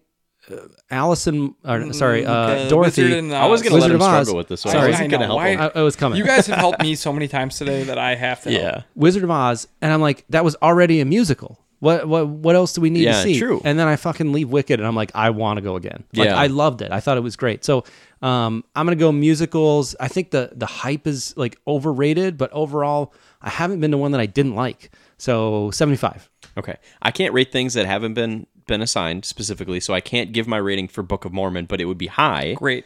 Speaker 2: uh, Allison, or, sorry, uh,
Speaker 1: uh,
Speaker 2: Dorothy?
Speaker 1: Wizard and the-
Speaker 3: I was gonna
Speaker 2: Wizard
Speaker 3: let him
Speaker 2: of Oz.
Speaker 3: struggle with this one.
Speaker 2: Sorry.
Speaker 3: I wasn't
Speaker 1: I
Speaker 3: gonna
Speaker 1: know.
Speaker 3: help
Speaker 1: Why-
Speaker 3: him.
Speaker 2: I, I was coming.
Speaker 1: You guys have helped me so many times today that I have to. help.
Speaker 3: Yeah.
Speaker 2: Wizard of Oz, and I'm like, that was already a musical. What what what else do we need
Speaker 3: Yeah,
Speaker 2: to see?
Speaker 3: true.
Speaker 2: And then I fucking leave Wicked, and I'm like, I want to go again. Like,
Speaker 3: Yeah.
Speaker 2: I loved it. I thought it was great. So um, I'm gonna go musicals. I think the the hype is like overrated, but overall, I haven't been to one that I didn't like. So 75.
Speaker 3: Okay. I can't rate things that haven't been been assigned specifically, so I can't give my rating for Book of Mormon, but it would be high.
Speaker 1: Great.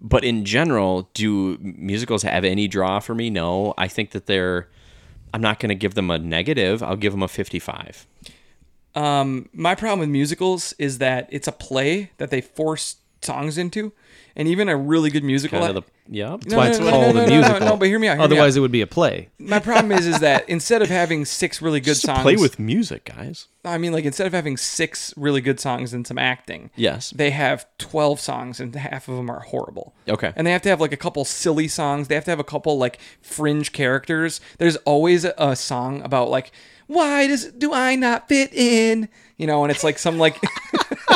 Speaker 3: But in general, do musicals have any draw for me? No. I think that they're I'm not going to give them a negative. I'll give them a 55.
Speaker 1: Um, my problem with musicals is that it's a play that they force songs into, and even a really good musical.
Speaker 3: Kind of the- yeah.
Speaker 1: No,
Speaker 2: Why
Speaker 1: no,
Speaker 2: it's
Speaker 1: no, no,
Speaker 2: called
Speaker 1: no,
Speaker 2: a
Speaker 1: no, no,
Speaker 2: musical.
Speaker 1: No, but hear me out. hear me
Speaker 2: Otherwise,
Speaker 1: out.
Speaker 2: it would be a play.
Speaker 1: my problem is is that instead of having six really good
Speaker 3: Just to
Speaker 1: songs,
Speaker 3: play with music, guys.
Speaker 1: I mean, like instead of having six really good songs and some acting,
Speaker 3: Yes.
Speaker 1: they have twelve songs and half of them are horrible.
Speaker 3: Okay.
Speaker 1: and they have to have like a couple silly songs. They have to have a couple like fringe characters. There's always a- a song about like why does do I not fit in? You know, and it's like some like.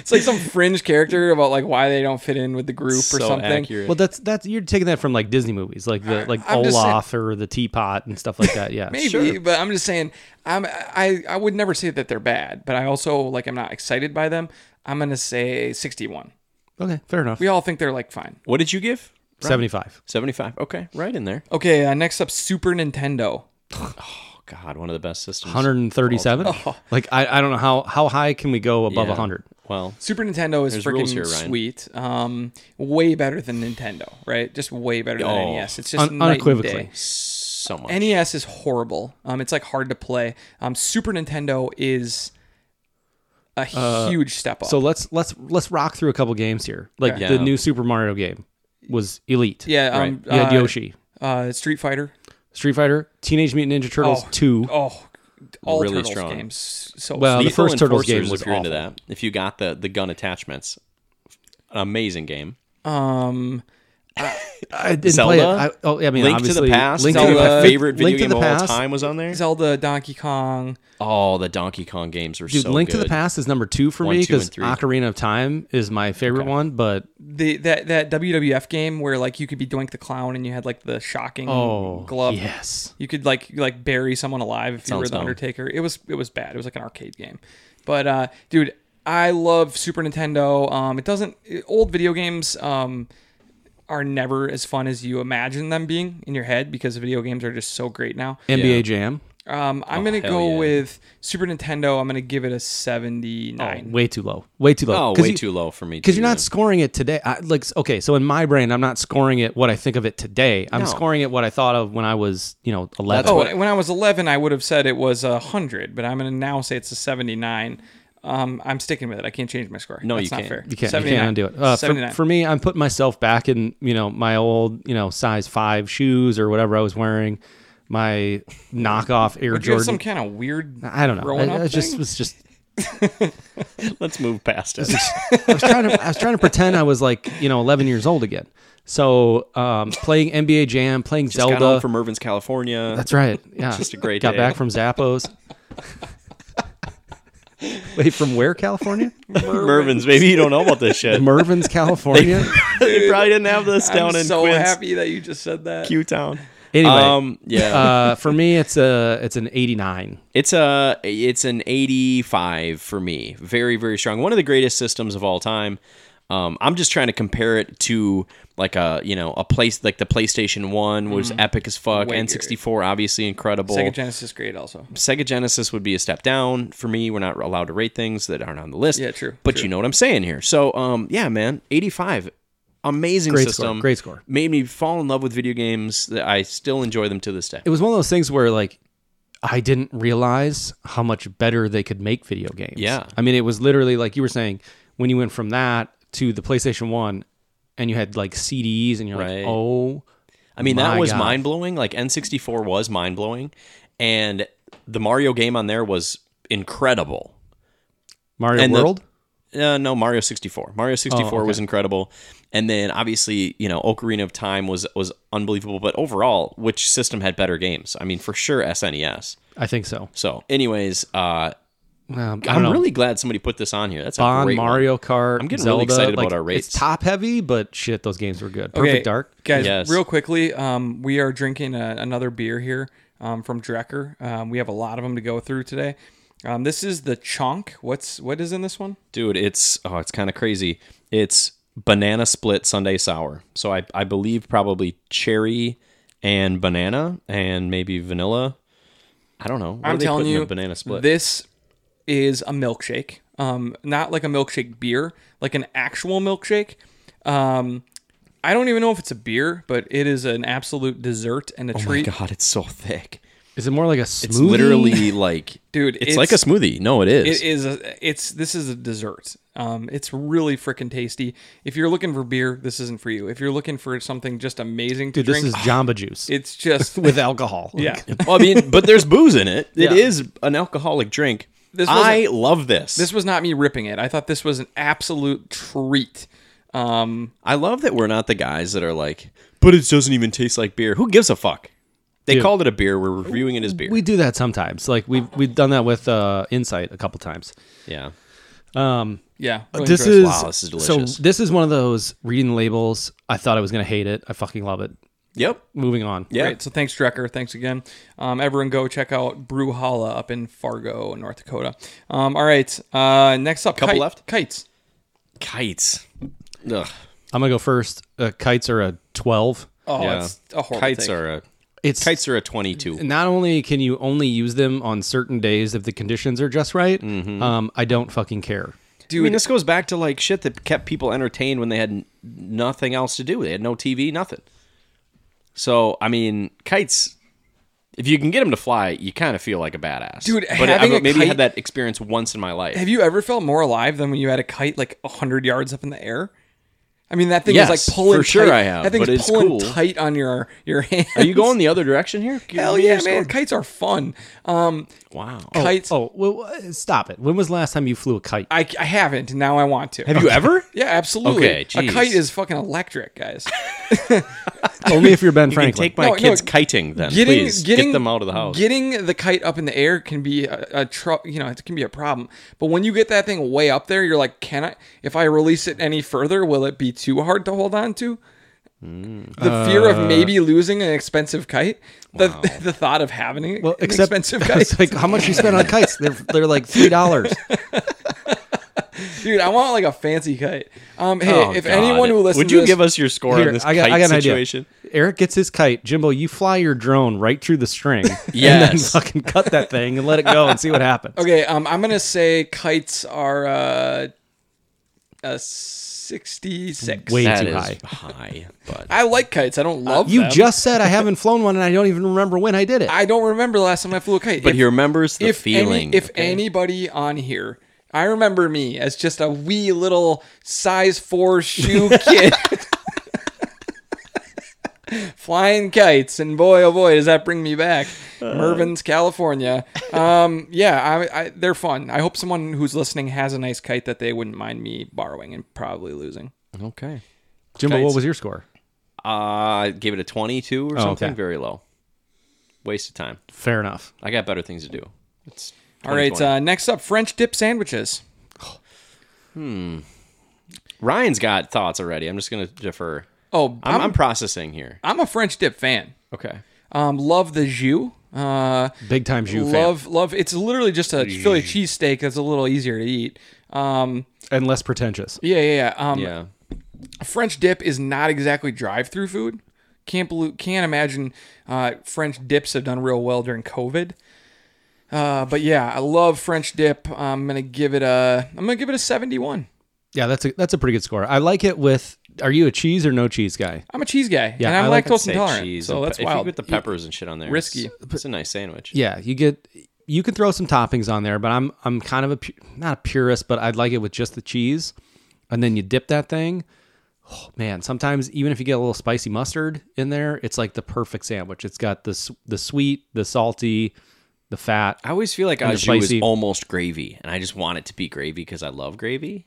Speaker 1: It's like some fringe character about like why they don't fit in with the group or
Speaker 3: so
Speaker 1: something.
Speaker 3: accurate.
Speaker 2: Well, that's that's you're taking that from like Disney movies, like the like
Speaker 1: I'm just saying-
Speaker 2: Olaf or the Teapot and stuff like that. Yeah,
Speaker 1: Maybe, but I'm just saying, I'm I I would never say that they're bad, but I also like I'm not excited by them. I'm gonna say 61.
Speaker 2: Okay, fair enough.
Speaker 1: We all think they're like fine.
Speaker 3: what did you give?
Speaker 2: 75.
Speaker 3: 75. Okay, right in there.
Speaker 1: Okay, uh, next up, Super Nintendo.
Speaker 3: Oh god, one of the best systems.
Speaker 2: 137
Speaker 1: Oh,
Speaker 2: like I, I don't know how how high can we go above
Speaker 3: Yeah.
Speaker 2: 100
Speaker 3: Well,
Speaker 1: Super Nintendo is
Speaker 3: There's rules
Speaker 1: freaking
Speaker 3: here, Ryan.
Speaker 1: sweet. Um, way better than Nintendo, right? Just way better than
Speaker 3: Oh.
Speaker 1: NES. It's just
Speaker 2: Un-
Speaker 1: night and
Speaker 2: unequivocally.
Speaker 1: day.
Speaker 3: so much.
Speaker 1: NES is horrible. Um, it's like hard to play. Um, Super Nintendo is a
Speaker 3: Uh,
Speaker 1: huge step up.
Speaker 2: so let's let's let's rock through a couple games here like
Speaker 3: Okay.
Speaker 2: the
Speaker 3: Yeah.
Speaker 2: new super mario game was elite
Speaker 1: yeah, um,
Speaker 2: you had
Speaker 1: uh,
Speaker 2: yoshi
Speaker 1: uh, Street Fighter.
Speaker 2: street fighter teenage mutant ninja turtles
Speaker 1: Oh.
Speaker 2: 2
Speaker 1: Oh, all
Speaker 3: Really
Speaker 1: Turtles
Speaker 3: strong.
Speaker 1: games. So
Speaker 2: Well,
Speaker 1: well,
Speaker 2: the
Speaker 3: Lethal
Speaker 2: first Turtles
Speaker 3: Enforcers,
Speaker 2: game was
Speaker 3: if you're into
Speaker 2: awful.
Speaker 3: that. If you got the the gun attachments, an amazing game.
Speaker 1: um,
Speaker 2: i didn't
Speaker 3: Zelda?
Speaker 2: play it I, oh yeah, i mean
Speaker 3: Link to
Speaker 2: obviously
Speaker 3: the Past.
Speaker 2: link
Speaker 3: Zelda,
Speaker 2: to the
Speaker 3: my favorite video
Speaker 2: Link to
Speaker 3: game
Speaker 2: the
Speaker 3: of all
Speaker 2: Past.
Speaker 3: time was on there.
Speaker 1: Zelda, Donkey Kong.
Speaker 3: Oh, the Donkey Kong games were
Speaker 2: Dude,
Speaker 3: so
Speaker 2: Link
Speaker 3: good.
Speaker 2: to the Past is number two for
Speaker 3: One,
Speaker 2: me
Speaker 3: two, and
Speaker 2: because
Speaker 3: three.
Speaker 2: Ocarina of Time is my favorite one, but
Speaker 1: the that that WWF game where like you could be Doink the Clown and you had like the shocking
Speaker 2: oh,
Speaker 1: glove.
Speaker 2: yes.
Speaker 1: You could like like bury someone alive if you were
Speaker 3: Sounds
Speaker 1: the
Speaker 3: dumb.
Speaker 1: Undertaker. It was it was bad. It was like an arcade game. But uh dude, I love Super Nintendo. Um it doesn't old video games um are never as fun as you imagine them being in your head because video games are just so great now.
Speaker 2: NBA Jam,
Speaker 1: Um I'm going to
Speaker 3: Oh, hell
Speaker 1: go
Speaker 3: yeah.
Speaker 1: with Super Nintendo. I'm going to give it a 79.
Speaker 2: way too low, way too low.
Speaker 3: Oh,
Speaker 2: 'Cause
Speaker 3: way
Speaker 2: you-
Speaker 3: too low for me.
Speaker 2: because
Speaker 3: too,
Speaker 2: you're not
Speaker 3: yeah.
Speaker 2: scoring it today. I, like, s- okay, so in my brain, I'm not scoring it what I think of it today. I'm
Speaker 3: No.
Speaker 2: scoring it what I thought of when I was, you know, 11.
Speaker 1: Oh, when I was 11, I would have said it was a 100, but I'm going to now say it's a 79. Um, I'm sticking with it. I can't change my score.
Speaker 3: No,
Speaker 1: That's
Speaker 3: you
Speaker 1: not
Speaker 3: can't.
Speaker 1: Fair.
Speaker 2: you can't, you can't undo it. Uh, for,
Speaker 1: 79.
Speaker 2: for me, I'm putting myself back in, you know, my old, you know, size five shoes or whatever I was wearing, my knockoff Air
Speaker 1: Would you have
Speaker 2: Jordan.
Speaker 1: some kind of weird.
Speaker 2: I don't know.
Speaker 1: growing
Speaker 2: I,
Speaker 1: up
Speaker 2: I just
Speaker 1: thing?
Speaker 2: was just.
Speaker 3: Let's move past it.
Speaker 2: I was trying to. I was trying to pretend I was like, you know, 11 years old again. So um, playing NBA Jam, playing
Speaker 3: Just
Speaker 2: Zelda.
Speaker 3: got home from Irvin's, California.
Speaker 2: That's right. Yeah.
Speaker 3: Just a great
Speaker 2: Got
Speaker 3: day.
Speaker 2: back from Zappos. Wait, from where, California?
Speaker 3: Mervin's. Maybe you don't know about this shit.
Speaker 2: Mervin's, California.
Speaker 3: they probably didn't have this down
Speaker 1: I'm
Speaker 3: in
Speaker 1: so
Speaker 3: Quinn's
Speaker 1: happy that you just said that.
Speaker 3: Q town.
Speaker 2: Anyway,
Speaker 3: Um, yeah,
Speaker 2: uh, for me, it's a it's an eighty nine.
Speaker 3: it's a it's an 85 for me. Very very strong. One of the greatest systems of all time. Um, I'm just trying to compare it to like a you know a place like the PlayStation One was epic as fuck.
Speaker 1: Mm-hmm. Way
Speaker 3: N64 obviously incredible.
Speaker 1: Sega Genesis great also.
Speaker 3: Sega Genesis would be a step down for me. We're not allowed to rate things that aren't on the list.
Speaker 1: Yeah, true,
Speaker 3: But
Speaker 1: true.
Speaker 3: you know what I'm saying here. So, um, yeah, man, 85, amazing
Speaker 2: Great
Speaker 3: system.
Speaker 2: score. Great score.
Speaker 3: Made me fall in love with video games. That I still enjoy them to this day.
Speaker 2: It was one of those things where like I didn't realize how much better they could make video games.
Speaker 3: Yeah.
Speaker 2: I mean, it was literally like you were saying when you went from that to the PlayStation 1 and you had like CDs and you're
Speaker 3: Right.
Speaker 2: like, "Oh,
Speaker 3: I mean, that
Speaker 2: My
Speaker 3: was
Speaker 2: God.
Speaker 3: mind blowing. Like N64 was mind blowing, and the Mario game on there was incredible.
Speaker 2: Mario
Speaker 3: And the-
Speaker 2: World?"
Speaker 3: Uh, no, Mario 64. Mario 64
Speaker 2: Oh, okay.
Speaker 3: was incredible. And then obviously, you know, Ocarina of Time was was unbelievable, but overall, which system had better games? I mean, for sure SNES.
Speaker 2: I think so.
Speaker 3: So, anyways, uh
Speaker 2: Um, I don't
Speaker 3: I'm
Speaker 2: know.
Speaker 3: really glad somebody put this on here. That's a
Speaker 2: Bond,
Speaker 3: great one.
Speaker 2: Mario Kart,
Speaker 3: I'm getting
Speaker 2: Zelda,
Speaker 3: really excited about
Speaker 2: like,
Speaker 3: our rates.
Speaker 2: It's top heavy, but shit, those games were good.
Speaker 1: Okay,
Speaker 2: Perfect Dark.
Speaker 1: Guys,
Speaker 3: Yes.
Speaker 1: real quickly, um, we are drinking a, another beer here um, from Drecker. Um, we have a lot of them to go through today. Um, this is the Chonk. What's what is in this one?
Speaker 3: Dude, it's oh, it's kind of crazy. It's banana split Sunday sour. So I I believe probably cherry and banana and maybe vanilla. I don't know. What
Speaker 1: I'm
Speaker 3: are they
Speaker 1: telling
Speaker 3: putting in
Speaker 1: you,
Speaker 3: a banana split.
Speaker 1: This is a milkshake. Um, not like a milkshake beer, like an actual milkshake. Um, I don't even know if it's a beer, but it is an absolute dessert and a
Speaker 3: oh my
Speaker 1: treat,
Speaker 3: god, it's so thick.
Speaker 2: Is it more like a smoothie?
Speaker 3: It's literally like
Speaker 1: dude.
Speaker 3: it's, like a smoothie. No, it is.
Speaker 1: It is. A, it's this is a dessert. Um, it's really freaking tasty. If you're looking for beer, this isn't for you. If you're looking for something just amazing to
Speaker 2: Dude,
Speaker 1: drink,
Speaker 2: this is Jamba Juice
Speaker 1: it's just
Speaker 2: with alcohol.
Speaker 1: yeah.
Speaker 3: Well, I mean, but there's booze in it. It
Speaker 2: Yeah.
Speaker 3: is an alcoholic drink.
Speaker 1: This
Speaker 3: I love this.
Speaker 1: This was not me ripping it. I thought this was an absolute treat. Um,
Speaker 3: I love that we're not the guys that are like, but it doesn't even taste like beer. Who gives a fuck? They
Speaker 2: Dude.
Speaker 3: called it a beer. We're reviewing it as beer.
Speaker 2: We do that sometimes. Like we've we've done that with uh, Insight a couple times.
Speaker 3: yeah.
Speaker 2: Um,
Speaker 1: yeah. really
Speaker 2: this
Speaker 1: enjoyable.
Speaker 2: is,
Speaker 3: Wow, this is delicious.
Speaker 2: So this is one of those reading labels. I thought I was gonna hate it. I fucking love it.
Speaker 3: Yep.
Speaker 2: Moving on.
Speaker 3: Yeah.
Speaker 1: Great. So thanks, Drecker. Thanks again. Um, everyone go check out Brewhalla up in Fargo, North Dakota. Um, all right. Uh, next up,
Speaker 3: Couple left?
Speaker 1: Kites.
Speaker 3: Kites. Ugh.
Speaker 2: I'm gonna go first. Uh, kites are a twelve.
Speaker 1: Oh,
Speaker 3: Yeah.
Speaker 1: it's a horrible
Speaker 3: Kites
Speaker 1: take.
Speaker 3: are a
Speaker 2: It's
Speaker 3: kites are a twenty-two.
Speaker 2: not only can you only use them on certain days if the conditions are just right.
Speaker 3: Mm-hmm.
Speaker 2: Um, I don't fucking care.
Speaker 3: Dude, I mean, this goes back to like shit that kept people entertained when they had n- nothing else to do. They had no TV, nothing. So I mean, kites. If you can get them to fly, you kind of feel like a badass,
Speaker 1: Dude,
Speaker 3: But
Speaker 1: having a
Speaker 3: I've maybe
Speaker 1: kite-
Speaker 3: had that experience once in my life.
Speaker 1: Have you ever felt more alive than when you had a kite like hundred yards up in the air? I mean, that thing is
Speaker 3: Yes,
Speaker 1: like pulling.
Speaker 3: for sure
Speaker 1: tight-
Speaker 3: I have,
Speaker 1: That thing's
Speaker 3: but it's
Speaker 1: pulling
Speaker 3: cool.
Speaker 1: tight on your your hand.
Speaker 3: Are you going the other direction here? Give
Speaker 1: Hell
Speaker 3: me
Speaker 1: yeah,
Speaker 3: your
Speaker 1: man!
Speaker 3: score.
Speaker 1: Kites are fun. Um,
Speaker 3: Wow.
Speaker 1: kites.
Speaker 2: Oh, well, uh, stop it. When was the last time you flew a kite?
Speaker 1: I, I haven't. Now I want to.
Speaker 3: Have you ever?
Speaker 1: Yeah, absolutely.
Speaker 3: Okay,
Speaker 1: a
Speaker 3: jeez.
Speaker 1: kite is fucking electric, guys.
Speaker 2: Only if you're Ben
Speaker 3: You can
Speaker 2: Franklin.
Speaker 3: take my
Speaker 1: No, no,
Speaker 3: kids kiting then,
Speaker 1: getting
Speaker 3: please.
Speaker 1: getting
Speaker 3: Get them out of the house.
Speaker 1: Getting the kite up in the air can be a, a tru- you know it can be a problem. But when you get that thing way up there, you're like, can I? If I release it any further, will it be too hard to hold on to?
Speaker 3: Mm.
Speaker 1: The fear of maybe losing an expensive kite, the, the thought of having it, an
Speaker 2: except-
Speaker 1: expensive
Speaker 2: I
Speaker 1: kite,
Speaker 2: was like, how much you spend on kites? They're they're like three dollars.
Speaker 1: dude. I want like a fancy kite. Um, hey,
Speaker 3: Oh,
Speaker 1: if
Speaker 3: God.
Speaker 1: anyone who listens,
Speaker 3: would you
Speaker 1: to this,
Speaker 3: give us your score on this
Speaker 2: I got,
Speaker 3: kite
Speaker 2: I got an
Speaker 3: situation?
Speaker 2: idea. Eric gets his kite. Jimbo, you fly your drone right through the string. And then
Speaker 3: Yes.
Speaker 2: fucking cut that thing and let it go and see what happens.
Speaker 1: Okay, um, I'm gonna say kites are uh, a sixty-six.
Speaker 2: Way
Speaker 3: That
Speaker 2: too
Speaker 3: is
Speaker 2: high.
Speaker 3: high, but
Speaker 1: I like kites. I
Speaker 3: Uh,
Speaker 1: don't love
Speaker 2: You
Speaker 1: them.
Speaker 2: just said I haven't flown one and I don't even remember when I did it.
Speaker 1: I don't remember the last time I flew a kite.
Speaker 3: but he remembers the
Speaker 1: if
Speaker 3: feeling.
Speaker 1: Any, if anybody on here, I remember me as just a wee little size four shoe kid. Flying kites, and boy, oh boy, does that bring me back,
Speaker 3: Uh.
Speaker 1: Mervin's, California. Um, yeah, I, I, they're fun. I hope someone who's listening has a nice kite that they wouldn't mind me borrowing and probably losing.
Speaker 3: okay.
Speaker 2: Jimbo,
Speaker 3: kites.
Speaker 2: what was your score?
Speaker 3: Uh, I gave it a 22 or
Speaker 2: okay.
Speaker 3: something. Very low. Waste of time.
Speaker 2: Fair enough.
Speaker 3: I got better things to do. It's
Speaker 1: All right,
Speaker 3: 2020.
Speaker 1: uh, next up, French dip sandwiches.
Speaker 3: Ryan's got thoughts already. I'm just gonna defer.
Speaker 1: Oh,
Speaker 3: I'm,
Speaker 1: I'm,
Speaker 3: I'm, processing here.
Speaker 1: I'm a French dip fan.
Speaker 3: Okay.
Speaker 1: Um, love the jus. Uh,
Speaker 2: Big time Jew fan.
Speaker 1: love, love. It's literally just a Philly cheesesteak that's a little easier to eat. Um,
Speaker 2: and less pretentious.
Speaker 1: yeah, yeah, yeah. Um,
Speaker 3: Yeah.
Speaker 1: French dip is not exactly drive-through food. Can't believe, can't imagine uh, French dips have done real well during COVID. Uh, but yeah, I love French dip. I'm gonna give it a. I'm gonna give it a 71.
Speaker 2: Yeah, that's a that's a pretty good score. I like it with. Are you a cheese or no cheese guy?
Speaker 1: I'm a cheese guy,
Speaker 2: Yeah,
Speaker 1: and I'm
Speaker 2: I like
Speaker 1: lactose
Speaker 3: Say
Speaker 1: intolerant,
Speaker 3: cheese
Speaker 1: so
Speaker 3: and
Speaker 1: that's
Speaker 3: pe- If you
Speaker 1: wild.
Speaker 3: put the peppers and shit on there,
Speaker 1: Risky.
Speaker 3: It's, it's a nice sandwich.
Speaker 2: Yeah, you get you can throw some toppings on there, but I'm I'm kind of a pu- not a purist, but I'd like it with just the cheese, and then you dip that thing. Oh, man, sometimes even if you get a little spicy mustard in there, it's like the perfect sandwich. It's got the s- the sweet, the salty, the fat.
Speaker 3: I always feel like au
Speaker 2: the
Speaker 3: jus is
Speaker 2: spicy.
Speaker 3: almost gravy, and I just want it to be gravy because I love gravy.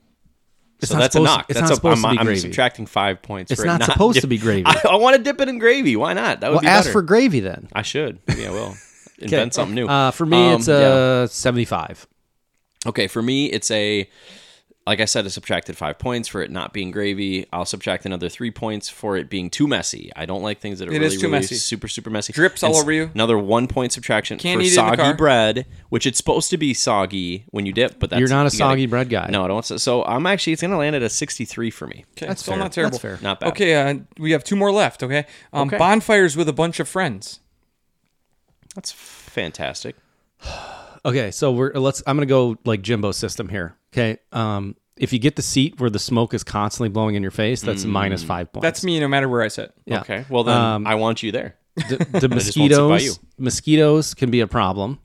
Speaker 2: It's
Speaker 3: so
Speaker 2: not
Speaker 3: that's
Speaker 2: supposed
Speaker 3: a
Speaker 2: to-
Speaker 3: knock.
Speaker 2: it's
Speaker 3: that's
Speaker 2: not
Speaker 3: a,
Speaker 2: supposed to
Speaker 3: I'm,
Speaker 2: be
Speaker 3: I'm
Speaker 2: gravy.
Speaker 3: subtracting five points.
Speaker 2: It's
Speaker 3: for it
Speaker 2: not supposed
Speaker 3: dip-
Speaker 2: to be gravy.
Speaker 3: I, I want to dip it in gravy. Why not? That would
Speaker 2: Well,
Speaker 3: be
Speaker 2: ask
Speaker 3: better.
Speaker 2: for gravy then.
Speaker 3: I should. Maybe I will. Invent something new.
Speaker 2: Uh, for me,
Speaker 3: Um,
Speaker 2: it's
Speaker 3: yeah.
Speaker 2: a seventy-five.
Speaker 3: okay. For me, it's a like I said, I subtracted five points for it not being gravy. I'll subtract another three points for it being too messy. I don't like things that are
Speaker 1: It
Speaker 3: really,
Speaker 1: is too
Speaker 3: really
Speaker 1: messy.
Speaker 3: super, super messy.
Speaker 1: Drips all
Speaker 3: s-
Speaker 1: over you.
Speaker 3: Another one point subtraction
Speaker 1: Can't
Speaker 3: for
Speaker 1: eat it in the
Speaker 3: soggy
Speaker 1: car.
Speaker 3: bread, which it's supposed to be soggy when you dip, but that's
Speaker 2: You're not a
Speaker 3: you gotta-
Speaker 2: soggy bread guy.
Speaker 3: No, I don't. So, so I'm actually it's gonna land at a 63 for me.
Speaker 1: Okay,
Speaker 2: That's
Speaker 1: still
Speaker 2: fair.
Speaker 1: not terrible.
Speaker 2: That's fair.
Speaker 3: Not bad.
Speaker 1: Okay, uh, we have two more left. Okay, um,
Speaker 3: Okay.
Speaker 1: bonfires with a bunch of friends.
Speaker 3: That's fantastic.
Speaker 2: Okay, so we're let's. I'm gonna go like Jimbo system here. Okay, um, if you get the seat where the smoke is constantly blowing in your face, that's
Speaker 3: Mm.
Speaker 2: minus five points.
Speaker 1: That's me, no matter where I sit.
Speaker 2: Yeah. Um,
Speaker 3: Okay. Well then, I want you there.
Speaker 2: the, the
Speaker 3: just won't sit by
Speaker 2: mosquitoes. Mosquitoes can be a problem,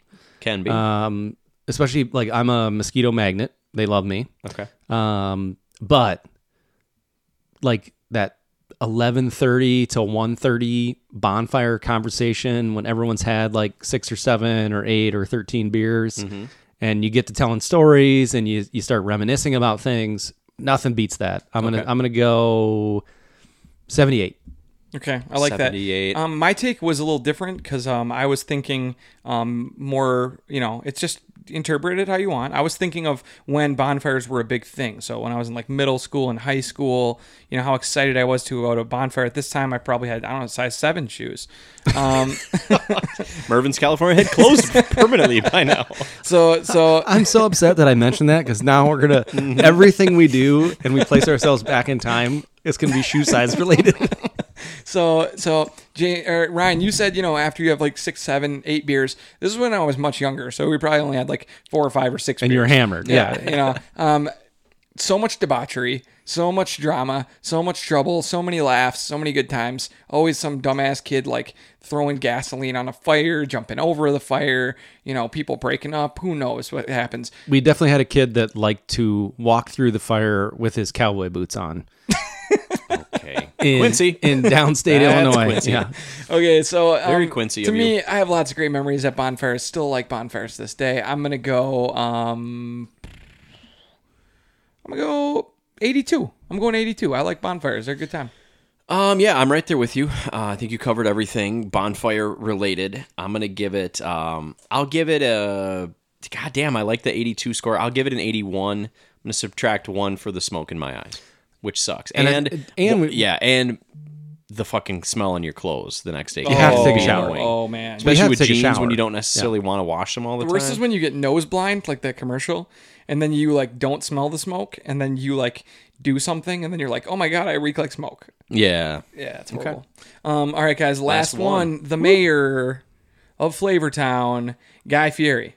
Speaker 3: Can be.
Speaker 2: um, especially like I'm a mosquito magnet. They love me,
Speaker 3: okay.
Speaker 2: um, but like that 11:30 to 1:30 bonfire conversation when everyone's had like six or seven or eight or 13 beers, and you get to telling stories and you you start reminiscing about things. Nothing beats that. I'm gonna I'm gonna go 78.
Speaker 1: Okay, I like that.
Speaker 3: 78.
Speaker 1: Um, my take was a little different because um, I was thinking um, more. You know, it's just interpret it how you want. I was thinking of when bonfires were a big thing. So when I was in like middle school and high school, you know how excited I was to go to a bonfire. At this time, I probably had I don't know size seven shoes. Um,
Speaker 3: Mervin's California had closed permanently by now.
Speaker 1: so so
Speaker 2: I'm so upset that I mentioned that because now we're gonna everything we do and we place ourselves back in time is gonna be shoe size related.
Speaker 1: So, so Jay, or Ryan, you said you know after you have like six, seven, eight beers. This is when I was much younger, so we probably only had like four or five or six.
Speaker 2: And
Speaker 1: beers.
Speaker 2: you're hammered. Yeah.
Speaker 1: you know, um, so much debauchery, so much drama, so much trouble, so many laughs, so many good times. Always some dumbass kid like throwing gasoline on a fire, jumping over the fire. You know, people breaking up. Who knows what happens?
Speaker 2: We definitely had a kid that liked to walk through the fire with his cowboy boots on.
Speaker 3: Okay.
Speaker 2: In,
Speaker 3: Quincy.
Speaker 2: in downstate
Speaker 3: That's
Speaker 2: Illinois.
Speaker 3: Quincy.
Speaker 2: Yeah.
Speaker 1: Okay, so um,
Speaker 3: Very Quincy
Speaker 1: To
Speaker 3: of you.
Speaker 1: me, I have lots of great memories at bonfires. Still like bonfires to this day. I'm gonna go. Um, I'm gonna go 82. I'm going 82. I like bonfires. They're a good time.
Speaker 3: Um, yeah, I'm right there with you. Uh, I think you covered everything bonfire related. I'm gonna give it. Um, I'll give it a. God damn, I like the 82 score. I'll give it an 81. I'm gonna subtract one for the smoke in my eyes, which sucks. And
Speaker 2: I-
Speaker 3: and,
Speaker 2: and we-
Speaker 3: yeah, and the fucking smell on your clothes the next day.
Speaker 1: You
Speaker 2: have to take a
Speaker 3: Being
Speaker 2: shower.
Speaker 3: annoying.
Speaker 1: Oh man.
Speaker 2: We
Speaker 3: Especially
Speaker 2: had
Speaker 3: with
Speaker 2: to take a
Speaker 3: jeans when
Speaker 2: shower.
Speaker 3: you don't necessarily want to wash them all the,
Speaker 1: the
Speaker 3: time.
Speaker 1: worst is when you get nose blind, like that commercial, and then you like don't smell the smoke, and then you like do something, and then you're like, oh my god, I reek like smoke.
Speaker 3: yeah.
Speaker 1: Yeah, it's horrible. Um, all right, guys, last,
Speaker 3: Last
Speaker 1: one.
Speaker 3: one.
Speaker 1: The mayor of Flavortown, Guy Fieri.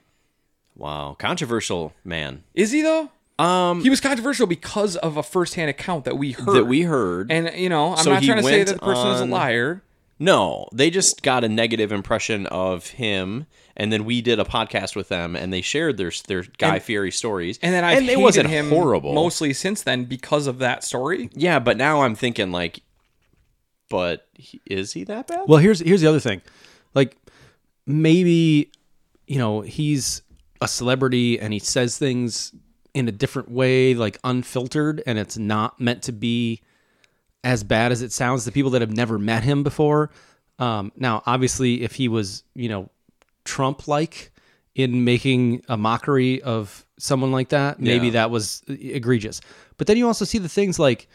Speaker 3: Wow. Controversial man.
Speaker 1: Is he though? Um, he was controversial because of a first-hand account that we heard.
Speaker 3: That we heard.
Speaker 1: and you know, I'm
Speaker 3: So
Speaker 1: not
Speaker 3: he
Speaker 1: trying to say
Speaker 3: went
Speaker 1: that the person is a
Speaker 3: on-
Speaker 1: liar.
Speaker 3: No, they just got a negative impression of him, and then we did a podcast with them, and they shared their their Guy Fieri stories,
Speaker 1: And then I
Speaker 3: and
Speaker 1: hated
Speaker 3: it wasn't
Speaker 1: him
Speaker 3: horrible.
Speaker 1: mostly since then because of that story.
Speaker 3: yeah, but now I'm thinking like, but he, is he that bad?
Speaker 2: Well, here's here's the other thing. Like maybe you know, he's a celebrity and he says things in a different way, like unfiltered, and it's not meant to be as bad as it sounds to people that have never met him before. Um, now, obviously, if he was, you know, Trump like in making a mockery of someone like that, maybe
Speaker 3: Yeah.
Speaker 2: that was egregious. But then you also see the things like,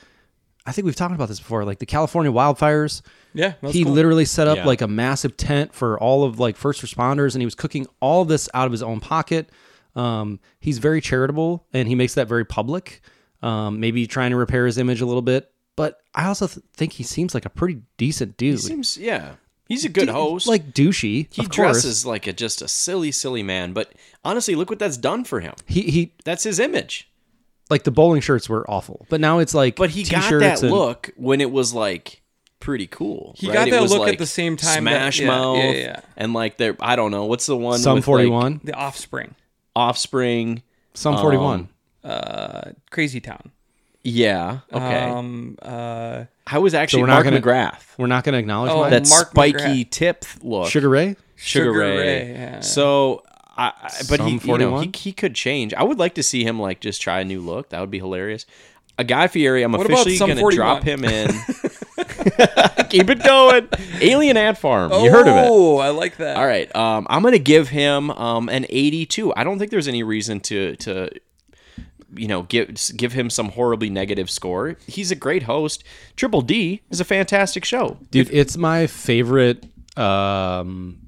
Speaker 2: I think we've talked about this before, like the California wildfires
Speaker 1: Yeah, that's
Speaker 2: he
Speaker 1: cool.
Speaker 2: literally set up
Speaker 3: Yeah.
Speaker 2: like a massive tent for all of like first responders and he was cooking all this out of his own pocket Um, he's very charitable and he makes that very public. Um, maybe trying to repair his image a little bit, but I also th- think he seems like a pretty decent dude.
Speaker 3: He seems yeah. He's a good
Speaker 2: Du-
Speaker 3: host.
Speaker 2: like douchey.
Speaker 3: he
Speaker 2: of course.
Speaker 3: dresses like a just a silly, silly man. But honestly, look what that's done for him.
Speaker 2: He he
Speaker 3: That's his image.
Speaker 2: like the bowling shirts were awful, but now it's like
Speaker 3: But he got
Speaker 2: t-shirts
Speaker 3: that
Speaker 2: and-
Speaker 3: look when it was like pretty cool.
Speaker 1: He
Speaker 3: right?
Speaker 1: got
Speaker 3: It
Speaker 1: that
Speaker 3: was,
Speaker 1: look at
Speaker 3: like,
Speaker 1: the same time that-
Speaker 3: Smash
Speaker 1: yeah,
Speaker 3: Mouth
Speaker 1: yeah, yeah.
Speaker 3: and like there. I don't know what's the one.
Speaker 2: Some
Speaker 3: with, like,
Speaker 2: forty one,
Speaker 1: The Offspring,
Speaker 3: Offspring.
Speaker 2: some forty one.
Speaker 1: uh, Crazy Town.
Speaker 3: Yeah. Okay.
Speaker 1: Um, uh,
Speaker 3: I was actually
Speaker 2: we're not
Speaker 3: Mark
Speaker 2: gonna-
Speaker 3: McGrath.
Speaker 2: We're not going to acknowledge
Speaker 1: Oh,
Speaker 2: mine.
Speaker 3: That
Speaker 1: Mark
Speaker 3: spiky tip look.
Speaker 2: Sugar Ray.
Speaker 3: Sugar,
Speaker 1: Sugar
Speaker 3: Ray.
Speaker 1: Ray, yeah.
Speaker 3: So, I, I but
Speaker 2: Some
Speaker 3: he, you know,
Speaker 2: 41?
Speaker 3: he he could change. I would like to see him like just try a new look. That would be hilarious. A Guy Fieri, I'm
Speaker 1: What about
Speaker 3: officially
Speaker 1: Some
Speaker 3: going to
Speaker 1: 41?
Speaker 3: drop him in. Keep it going. Alien Ant Farm. You heard of it?
Speaker 1: Oh, I like that.
Speaker 3: All right. Um, I'm going to give him um, an 82. I don't think there's any reason to to you know give give him some horribly negative score. He's a great host. Triple D is a fantastic show.
Speaker 2: Dude, it's my favorite um,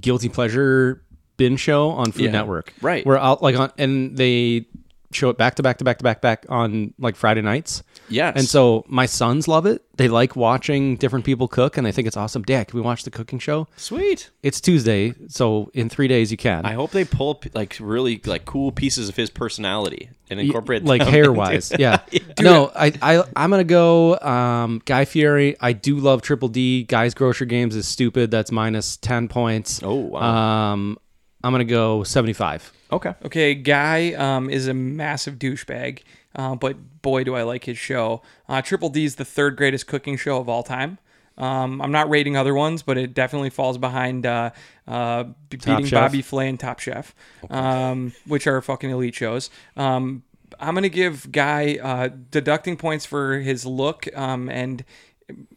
Speaker 2: guilty pleasure bin show on Food Network.
Speaker 3: right.
Speaker 2: Where I'll like on and they show it back to back to back to back back on like Friday nights.
Speaker 3: Yes.
Speaker 2: And so my sons love it. They like watching different people cook and they think it's awesome. Dad, can we watch the cooking show?
Speaker 3: Sweet.
Speaker 2: It's Tuesday, so in three days you can.
Speaker 3: I hope they pull p- like really like cool pieces of his personality and incorporate
Speaker 2: like
Speaker 3: them
Speaker 2: hair
Speaker 3: into-
Speaker 2: wise. Yeah. no, I, I I'm gonna go um Guy Fieri. I do love Triple D. Guy's Grocery Games is stupid. That's minus ten points.
Speaker 3: Oh, wow.
Speaker 2: Um I'm gonna go seventy five.
Speaker 3: Okay.
Speaker 1: Okay, Guy um, is a massive douchebag, uh, but boy, do I like his show. Uh, Triple D is the third greatest cooking show of all time. Um, I'm not rating other ones, but it definitely falls behind uh, uh, be- beating
Speaker 2: Chef.
Speaker 1: Bobby Flay and Top Chef, um, which are fucking elite shows. Um, I'm gonna give Guy uh, deducting points for his look um, and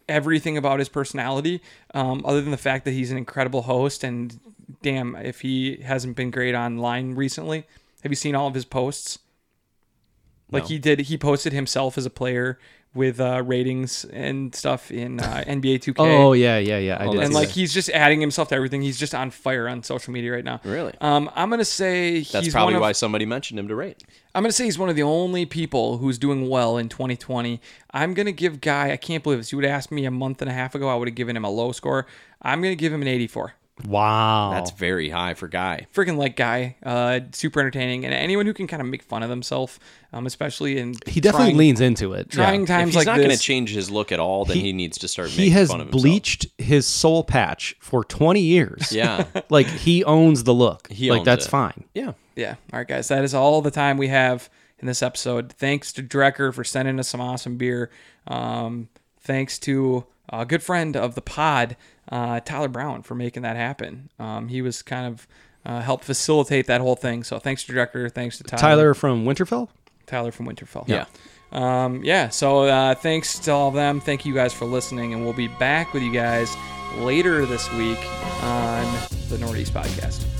Speaker 1: everything about his personality, um, other than the fact that he's an incredible host. And damn, if he hasn't been great online recently, have you seen all of his posts? Like he did, he posted himself as a player with uh, ratings and stuff in uh, NBA 2K.
Speaker 2: Oh yeah, yeah, yeah. I did.
Speaker 1: and
Speaker 2: see
Speaker 1: like
Speaker 2: that.
Speaker 1: he's just adding himself to everything. He's just on fire on social media right now.
Speaker 3: Really?
Speaker 1: Um, I'm gonna say he's
Speaker 3: That's
Speaker 1: one
Speaker 3: probably
Speaker 1: of,
Speaker 3: why somebody mentioned him to rate.
Speaker 1: I'm gonna say he's one of the only people who's doing well in 2020. I'm gonna give guy. I can't believe this. You would have asked me a month and a half ago. I would have given him a low score. I'm gonna give him an 84.
Speaker 2: wow.
Speaker 3: That's very high for guy.
Speaker 1: Freaking like guy. Uh, super entertaining. And anyone who can kind of make fun of themselves, um, especially in
Speaker 2: he definitely
Speaker 1: trying,
Speaker 2: leans into it.
Speaker 1: trying
Speaker 2: yeah.
Speaker 1: times
Speaker 3: If
Speaker 1: like
Speaker 3: he's not
Speaker 1: this.
Speaker 3: going to change his look at all, then he, needs to start.
Speaker 2: He
Speaker 3: making
Speaker 2: has
Speaker 3: fun of himself.
Speaker 2: bleached his soul patch for twenty years.
Speaker 3: Yeah.
Speaker 2: Like he owns the look.
Speaker 3: He
Speaker 2: like
Speaker 3: owns
Speaker 2: that's
Speaker 3: it.
Speaker 2: fine.
Speaker 3: yeah.
Speaker 1: yeah. All right, guys. That is all the time we have in this episode. Thanks to Drecker for sending us some awesome beer. Um, thanks to a good friend of the pod, uh, Tyler Brown, for making that happen. Um, he was kind of uh, helped facilitate that whole thing. So thanks to Drecker. Thanks to Tyler.
Speaker 2: Tyler from Winterfell.
Speaker 1: Tyler from Winterfell.
Speaker 3: Yeah.
Speaker 1: Um, yeah. So uh, thanks to all of them. Thank you guys for listening, and we'll be back with you guys later this week on the Northeast Podcast.